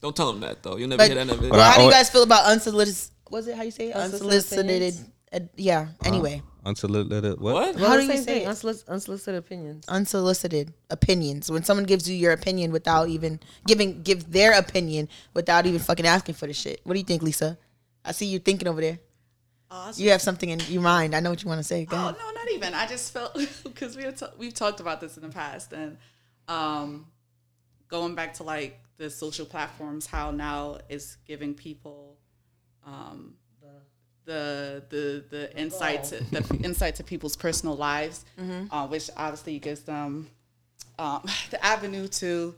don't tell them that though. You'll never But hear that of it. well, I how do you always- guys feel about unsolicited? Was it how you say it? Unsolicited unsolicited? opinions? uh, yeah. Anyway, until it, let it- what? what? how do Same you say thing, it? unsolic- unsolicited opinions? unsolicited opinions when someone gives you your opinion without even giving give their opinion without even fucking asking for the shit. What do you think, Lisa? I see you thinking over there. You have something in your mind. I know what you want to say. Go Oh ahead. no, not even. I just felt [LAUGHS] because we were t- we've talked about this in the past, and um, going back to like the social platforms, how now is giving people um, the the the insight to the insight to people's personal lives, uh, which obviously gives them um, [LAUGHS] the avenue to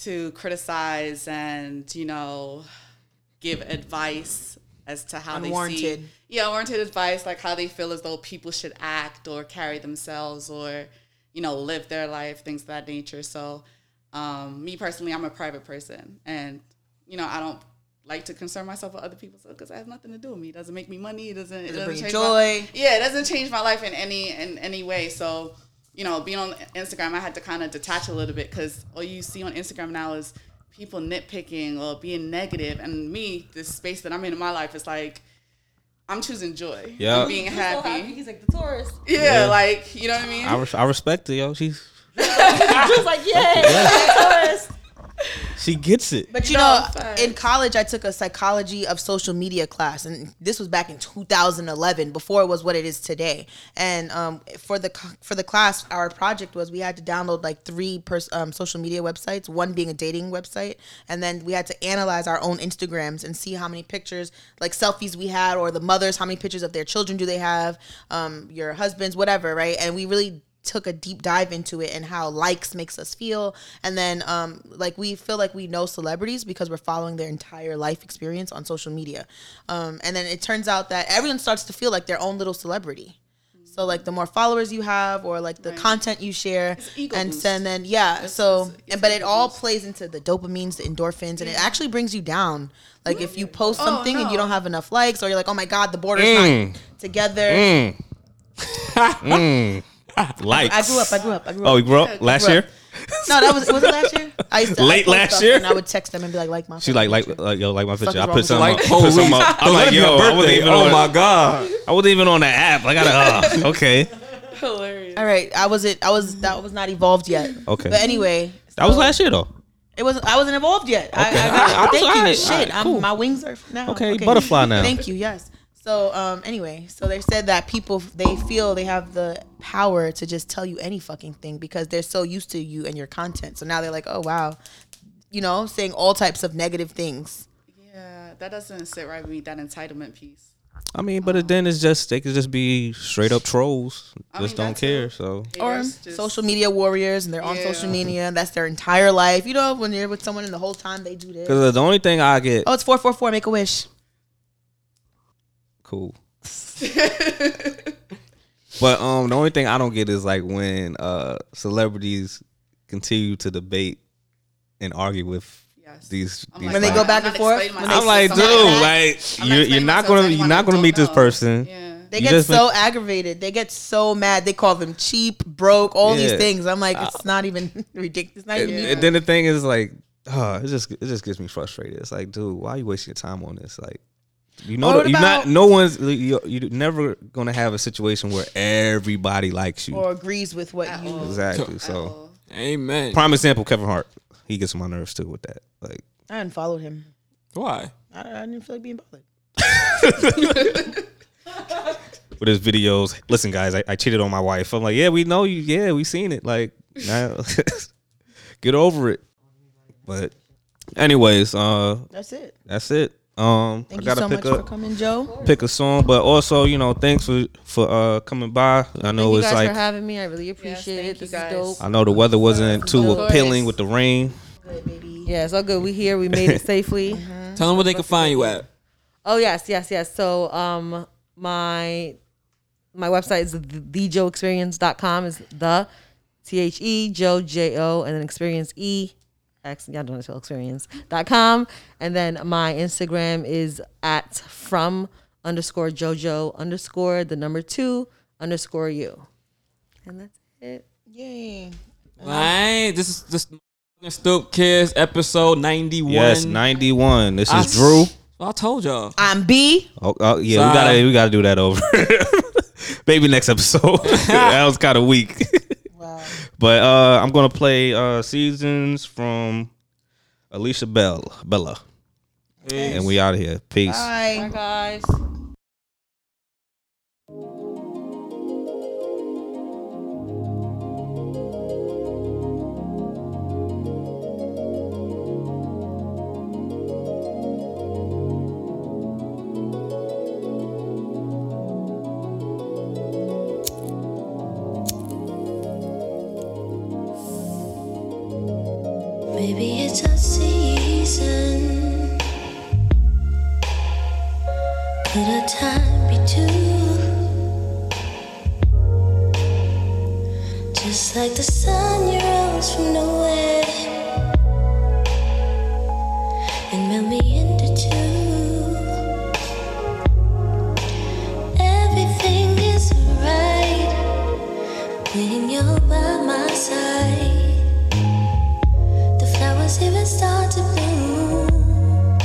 to criticize and you know give advice as to how they Unwarranted. see yeah warranted advice like how they feel as though people should act or carry themselves or you know live their life things of that nature so um, me personally i'm a private person and you know i don't like to concern myself with other people's because it has nothing to do with me it doesn't make me money it doesn't, it doesn't bring you change my- joy. yeah it doesn't change my life in any in any way so you know being on instagram i had to kind of detach a little bit because all you see on instagram now is people nitpicking or being negative and me this space that i'm in in my life is like i'm choosing joy Yeah. I'm being happy, He's like the tourist. Yeah, Yeah. like you know what i mean [LAUGHS] I, res- I respect her, yo. She's Drew's like, [LAUGHS] yay, tourist. she gets it. But you know, facts. in college, I took a psychology of social media class, and this was back in 2011, before it was what it is today. And um, for the c- for the class, our project was we had to download like three pers- um, social media websites, one being a dating website, and then we had to analyze our own Instagrams and see how many pictures, like selfies, we had, or the mothers, how many pictures of their children do they have, um, your husbands, whatever, right? And we really took a deep dive into it and how likes makes us feel and then um like we feel like we know celebrities because we're following their entire life experience on social media um and then it turns out that everyone starts to feel like their own little celebrity so like the more followers you have or like the content you share ego and boost. then then yeah so it's- it's and but it ego all boost. plays into the dopamines the endorphins and it actually brings you down like if you post something and you Mm. Oh, no. don't have enough likes or you're like oh my god the border's not together Mm. [LAUGHS] Like i grew up i grew up i grew up Mm. Oh, you grew up last grew year. up. No, that was was it last year? I used to Late I'd post last stuff year? And I would text them and be like, like my. She like like like yo like my picture. I wrong put with some you? up. Like put some police. up. I'm Those [LAUGHS] gotta like be yo. your I wasn't birthday. even Oh on. my god. I wasn't even on the app. I gotta. [LAUGHS] Uh, okay. hilarious All right, I wasn't. I was that was not evolved yet. Okay. But anyway, That was last year though. it wasn't. I wasn't evolved yet. I, Okay. I, I- I was thank you. alright, Shit, alright, I'm, cool. my wings are now. Okay, butterfly now. Thank you. Yes. So um, anyway, so they said that people they feel they have the power to just tell you any fucking thing because they're so used to you and your content. So now they're like, oh wow, you know, saying all types of negative things. yeah that doesn't sit right with me that entitlement piece I mean, but then it's just they could just be straight up trolls. Just mean, don't that's care. So or Haters just- [LAUGHS] social media warriors and they're on social Yeah. media that's their entire life you know when you're with someone and the whole time they do this because uh, the only thing I get oh it's 444 make a wish cool. but um, the only thing I don't get is like when uh celebrities continue to debate and argue with Yes. these I'm these like, When they why- go I'm back not and forth, when they explaining myself I'm like, to dude, somebody like I'm not you're, you're explaining not myself gonna you're to anyone not I gonna don't meet this know. person. yeah they You get just so aggravated they get so mad they call them cheap broke all these Yeah. Ah. things i'm like it's not even [LAUGHS] ridiculous it's not And, even and then the thing is like, uh, it just it just gets me frustrated. It's like, dude, why are you wasting your time on this? Like, you know, Or that- you're not. about- No one's. you you're never gonna have a situation where everybody likes you. or agrees with what you exactly. So Oh. Amen. prime example, Kevin Hart. He gets on my nerves too with that. Like, i unfollowed him Why? I, I didn't feel like being bothered with his videos. Listen, guys, I, I cheated on my wife. I'm like, yeah, we know you. Yeah, we seen [LAUGHS] it. Like, now, [LAUGHS] get over it. But, anyways, uh, that's it that's it. Um, thank I you gotta so pick much up. for coming joe pick a song. But also, you know, thanks for for uh coming by. I know Oh, Thank you it's guys like for having me. I really appreciate it. thank you This guys. is dope. I know the weather wasn't too course. appealing with the rain. Yeah, it's all good. We here. [LAUGHS] We made it safely. Mm-hmm. Tell them where they can find you at. Oh yes, yes, yes. So um my my website is thejoeexperience.com is the T H E Joe J O and then experience E X y'all don't spell experience.com. And then my Instagram is at from underscore Jojo underscore the number two underscore you. And that's it. Yay. Right. This is this Stoop Kids episode 91. Yes, 91. This I- is Drew. I told y'all. I'm B. Oh, oh, yeah, Sorry. we gotta we gotta do that over. [LAUGHS] Maybe next episode. [LAUGHS] that was kind of weak. [LAUGHS] Wow. But uh, I'm gonna play uh, seasons from Alicia Bell Bella, and we out of here. Peace. Bye. Bye guys. Maybe it's a season. Could a time be two? Just like the sun you rose from nowhere and melt me into two. Everything is right when you're by my side. The flowers even start to bloom.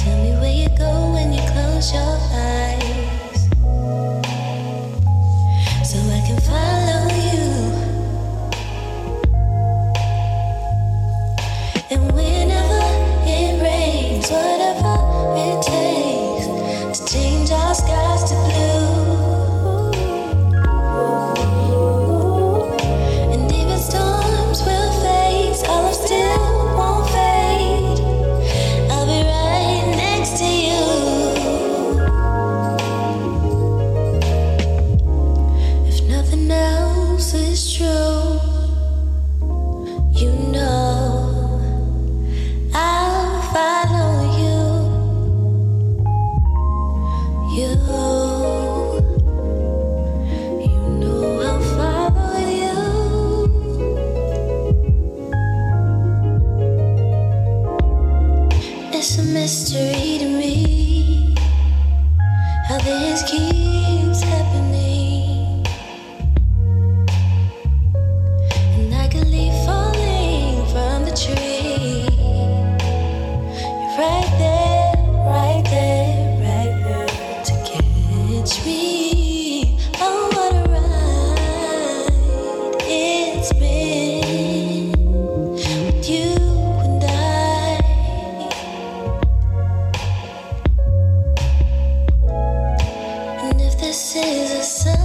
Tell me where you go when you close your eyes. So I can follow you. And whenever it rains, whatever it takes to change our skies to blue. And even storms will fade. Love still won't fade. I'll be right next to you. If nothing else is true, you know I'll follow you. You. You know I'll follow you. It's a mystery to me how this keeps happening, and I can leave falling from the tree. You're right there, right there, right there to catch me. Oh, what a ride it's been with you and I. And if this is a sign,